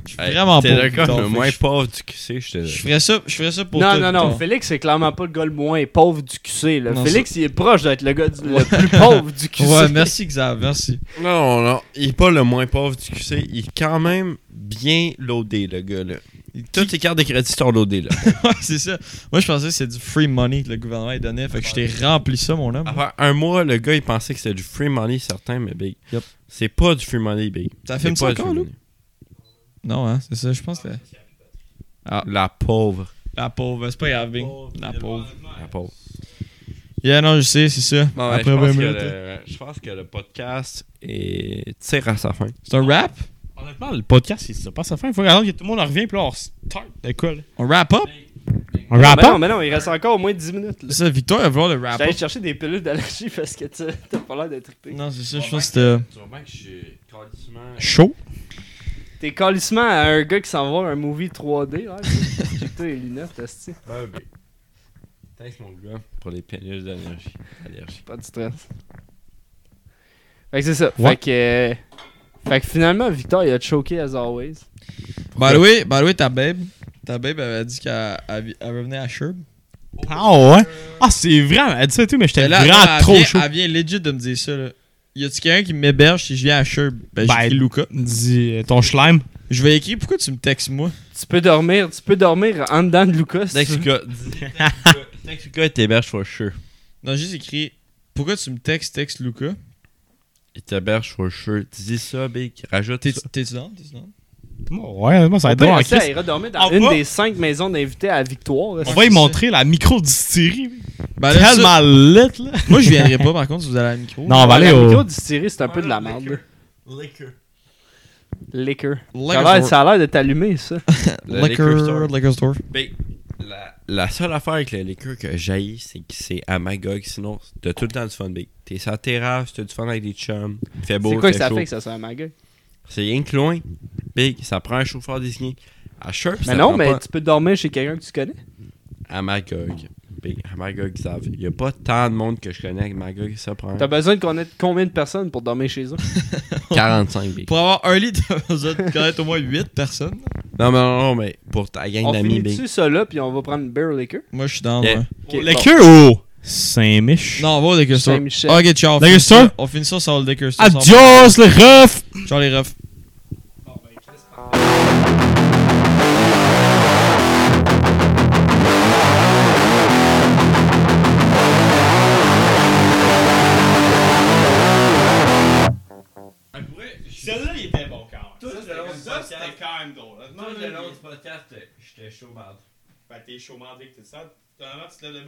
S2: Je suis
S5: Hey,
S2: vraiment
S5: T'es
S2: pauvre.
S5: le gars
S2: Victor,
S5: le
S2: fait que
S5: moins
S2: je-
S5: pauvre du QC, je te
S2: Je
S5: dis.
S2: ferais ça, je ferais ça pour
S4: non,
S2: toi,
S4: non, non,
S2: Victor.
S4: Félix, c'est clairement pas le gars le moins pauvre du QC. Là.
S2: Non,
S4: Félix, il est proche d'être le gars du- le plus pauvre du QC.
S2: Ouais, merci, Xav, merci. *laughs*
S5: Non, non, il est pas le moins pauvre du QC. Il est quand même bien loadé, le gars, là. Toutes tes cartes de crédit sont loadées, là.
S2: Ouais, c'est ça. Moi, je pensais que c'est du free money que le gouvernement il donnait. Fait que je t'ai rempli ça, mon homme.
S5: Après un mois, le gars, il pensait que c'était du free money, certain, mais big.
S2: Yep.
S5: C'est pas du free money, big.
S2: Ça
S5: C'est
S2: filme ça
S5: pas du
S2: encore,
S5: free
S2: là?
S5: money.
S2: Non, hein, c'est ça, je pense que.
S4: Ah.
S5: La Ah, pauvre.
S2: La pauvre, c'est pas grave, Bing. La pauvre.
S5: La pauvre.
S2: Yeah, non, je sais, c'est ça. Après
S5: je,
S2: 20
S5: pense que
S2: minutes. là.
S5: le, je pense que le podcast est... tire à sa fin.
S2: C'est un rap?
S1: Honnêtement, le podcast, c'est ça. Passe à la fin. Il faut que tout le monde en revient, puis là, on start de quoi, là?
S2: On wrap up?
S1: On
S4: Ah,
S1: rap
S4: mais non,
S1: up?
S4: mais non, il reste encore au moins 10 minutes. là.
S2: C'est ça, Victor, elle va voir le wrap
S4: J'allais
S2: up.
S4: chercher des pilules d'allergie *laughs* parce que tu t'as pas l'air d'être trippé.
S2: Non, c'est ça, je pense que c'était.
S5: Tu vois bien que je suis quasiment-
S1: Chaud.
S4: T'es calissement à un gars qui s'en va voir un movie
S2: *laughs*
S4: 3D. là. J'ai pris les lunettes, hostie.
S5: Ben, ben. Thanks, mon gars, pour les pénuries d'allergie. Allergie.
S4: Pas de stress. Fait que c'est ça.
S1: Ouais.
S4: Fait que. euh, Fait que finalement, Victor, il a choqué as always.
S2: By the way, by the way, ta babe. Ta babe, elle a dit qu'elle elle vi- elle revenait à Sherb.
S1: Ah ouais? Ah, c'est vrai. Elle dit ça et tout, mais j'étais
S2: Mais là,
S1: vraiment
S2: non, elle
S1: trop
S2: vient-
S1: chaud.
S2: Elle vient legit de me dire ça, là. Y a-tu quelqu'un qui m'héberge si je viens à Sherb? Ben,
S1: Ben,
S2: j'ai dit Luca.
S1: Dis, euh, ton schleim.
S2: Je vais écrire, pourquoi tu me textes moi?
S4: Tu peux dormir, tu peux dormir en dedans de Lucas.
S5: *laughs*
S4: si tu
S5: Thanks,
S4: veux.
S5: Lucas. Thanks, Lucas, il t'héberge for sure.
S2: Non, j'ai juste écrit, pourquoi tu me textes, texte Luca?
S5: Il t'héberge for sure. Dis ça, big. Rajoute
S2: T'es-
S5: ça.
S2: T'es-tu dans? T'es-tu dans?
S1: Ouais, moi, ça va
S4: On
S1: être
S4: peut
S1: drôle en
S4: rester à
S1: crise.
S4: ira dormir dans
S1: En
S4: une
S1: bas.
S4: des cinq maisons d'invités à Victoire. là.
S1: On va y
S2: C'est ça.
S1: montrer la micro-distillerie.
S2: Ben, là, ça-
S1: Tellement lit, là.
S2: moi, je viendrai pas, par contre, si vous allez à la micro.
S1: Non, on va
S4: Ouais,
S1: aller
S4: la
S1: au.
S4: micro distillerie, c'est un peu de la merde. Liquor. Ça a l'air-
S2: Liquor
S4: ça a l'air de t'allumer, ça.
S5: Le liquor store.
S2: store. Liquor store.
S5: Big. La, la seule affaire avec le liqueur que j'haïs, c'est que c'est à Magog. Sinon, t'as tout le temps du fun, big. T'es sur la terrasse, t'as du fun avec des chums. Il fait beau,
S4: C'est quoi
S5: il
S4: que
S5: fait
S4: ça
S5: chaud.
S4: fait que ça soit un manga?
S5: C'est rien que loin. Big, ça prend un chauffeur désigné. À Sherp,
S4: Mais
S5: ça
S4: non,
S5: prend
S4: mais
S5: pas-
S4: tu peux dormir chez quelqu'un que tu connais.
S5: À Magog. Big, à Magog, ils savent. Il y a pas tant de monde que je connais avec Magog. Ça prend
S4: T'as besoin de connaître combien de personnes pour dormir chez eux?
S5: 45, big.
S2: Pour avoir un lit, *laughs* t'as besoin de connaître au moins 8 personnes.
S5: Non, mais non, non, mais pour ta gang
S4: on
S5: d'amis,
S4: finit
S5: big.
S4: dessus ça là, puis on va prendre une beer liquor.
S2: Moi, je suis dans.
S5: Yeah.
S2: euh,
S4: Ok,
S1: Le
S4: bon.
S1: queue au.
S2: Saint-Mich.
S1: Non, on va au liquor store.
S4: Saint-Michel.
S1: Ok, ciao. on
S2: Liquor
S1: finit
S2: store?
S1: ça. On finit ça sur le liquor store.
S2: Adios, le ref!
S1: Ciao les refs.
S2: Celle-là, il était bon quand
S6: Ça, c'était- ça, c'était
S2: quand même drôle.
S6: Tout le long du
S2: Ben, podcast, j'étais chaud, Fait que t'es chaud, mandé, que t'es sale. Finalement, tu te lèves debout.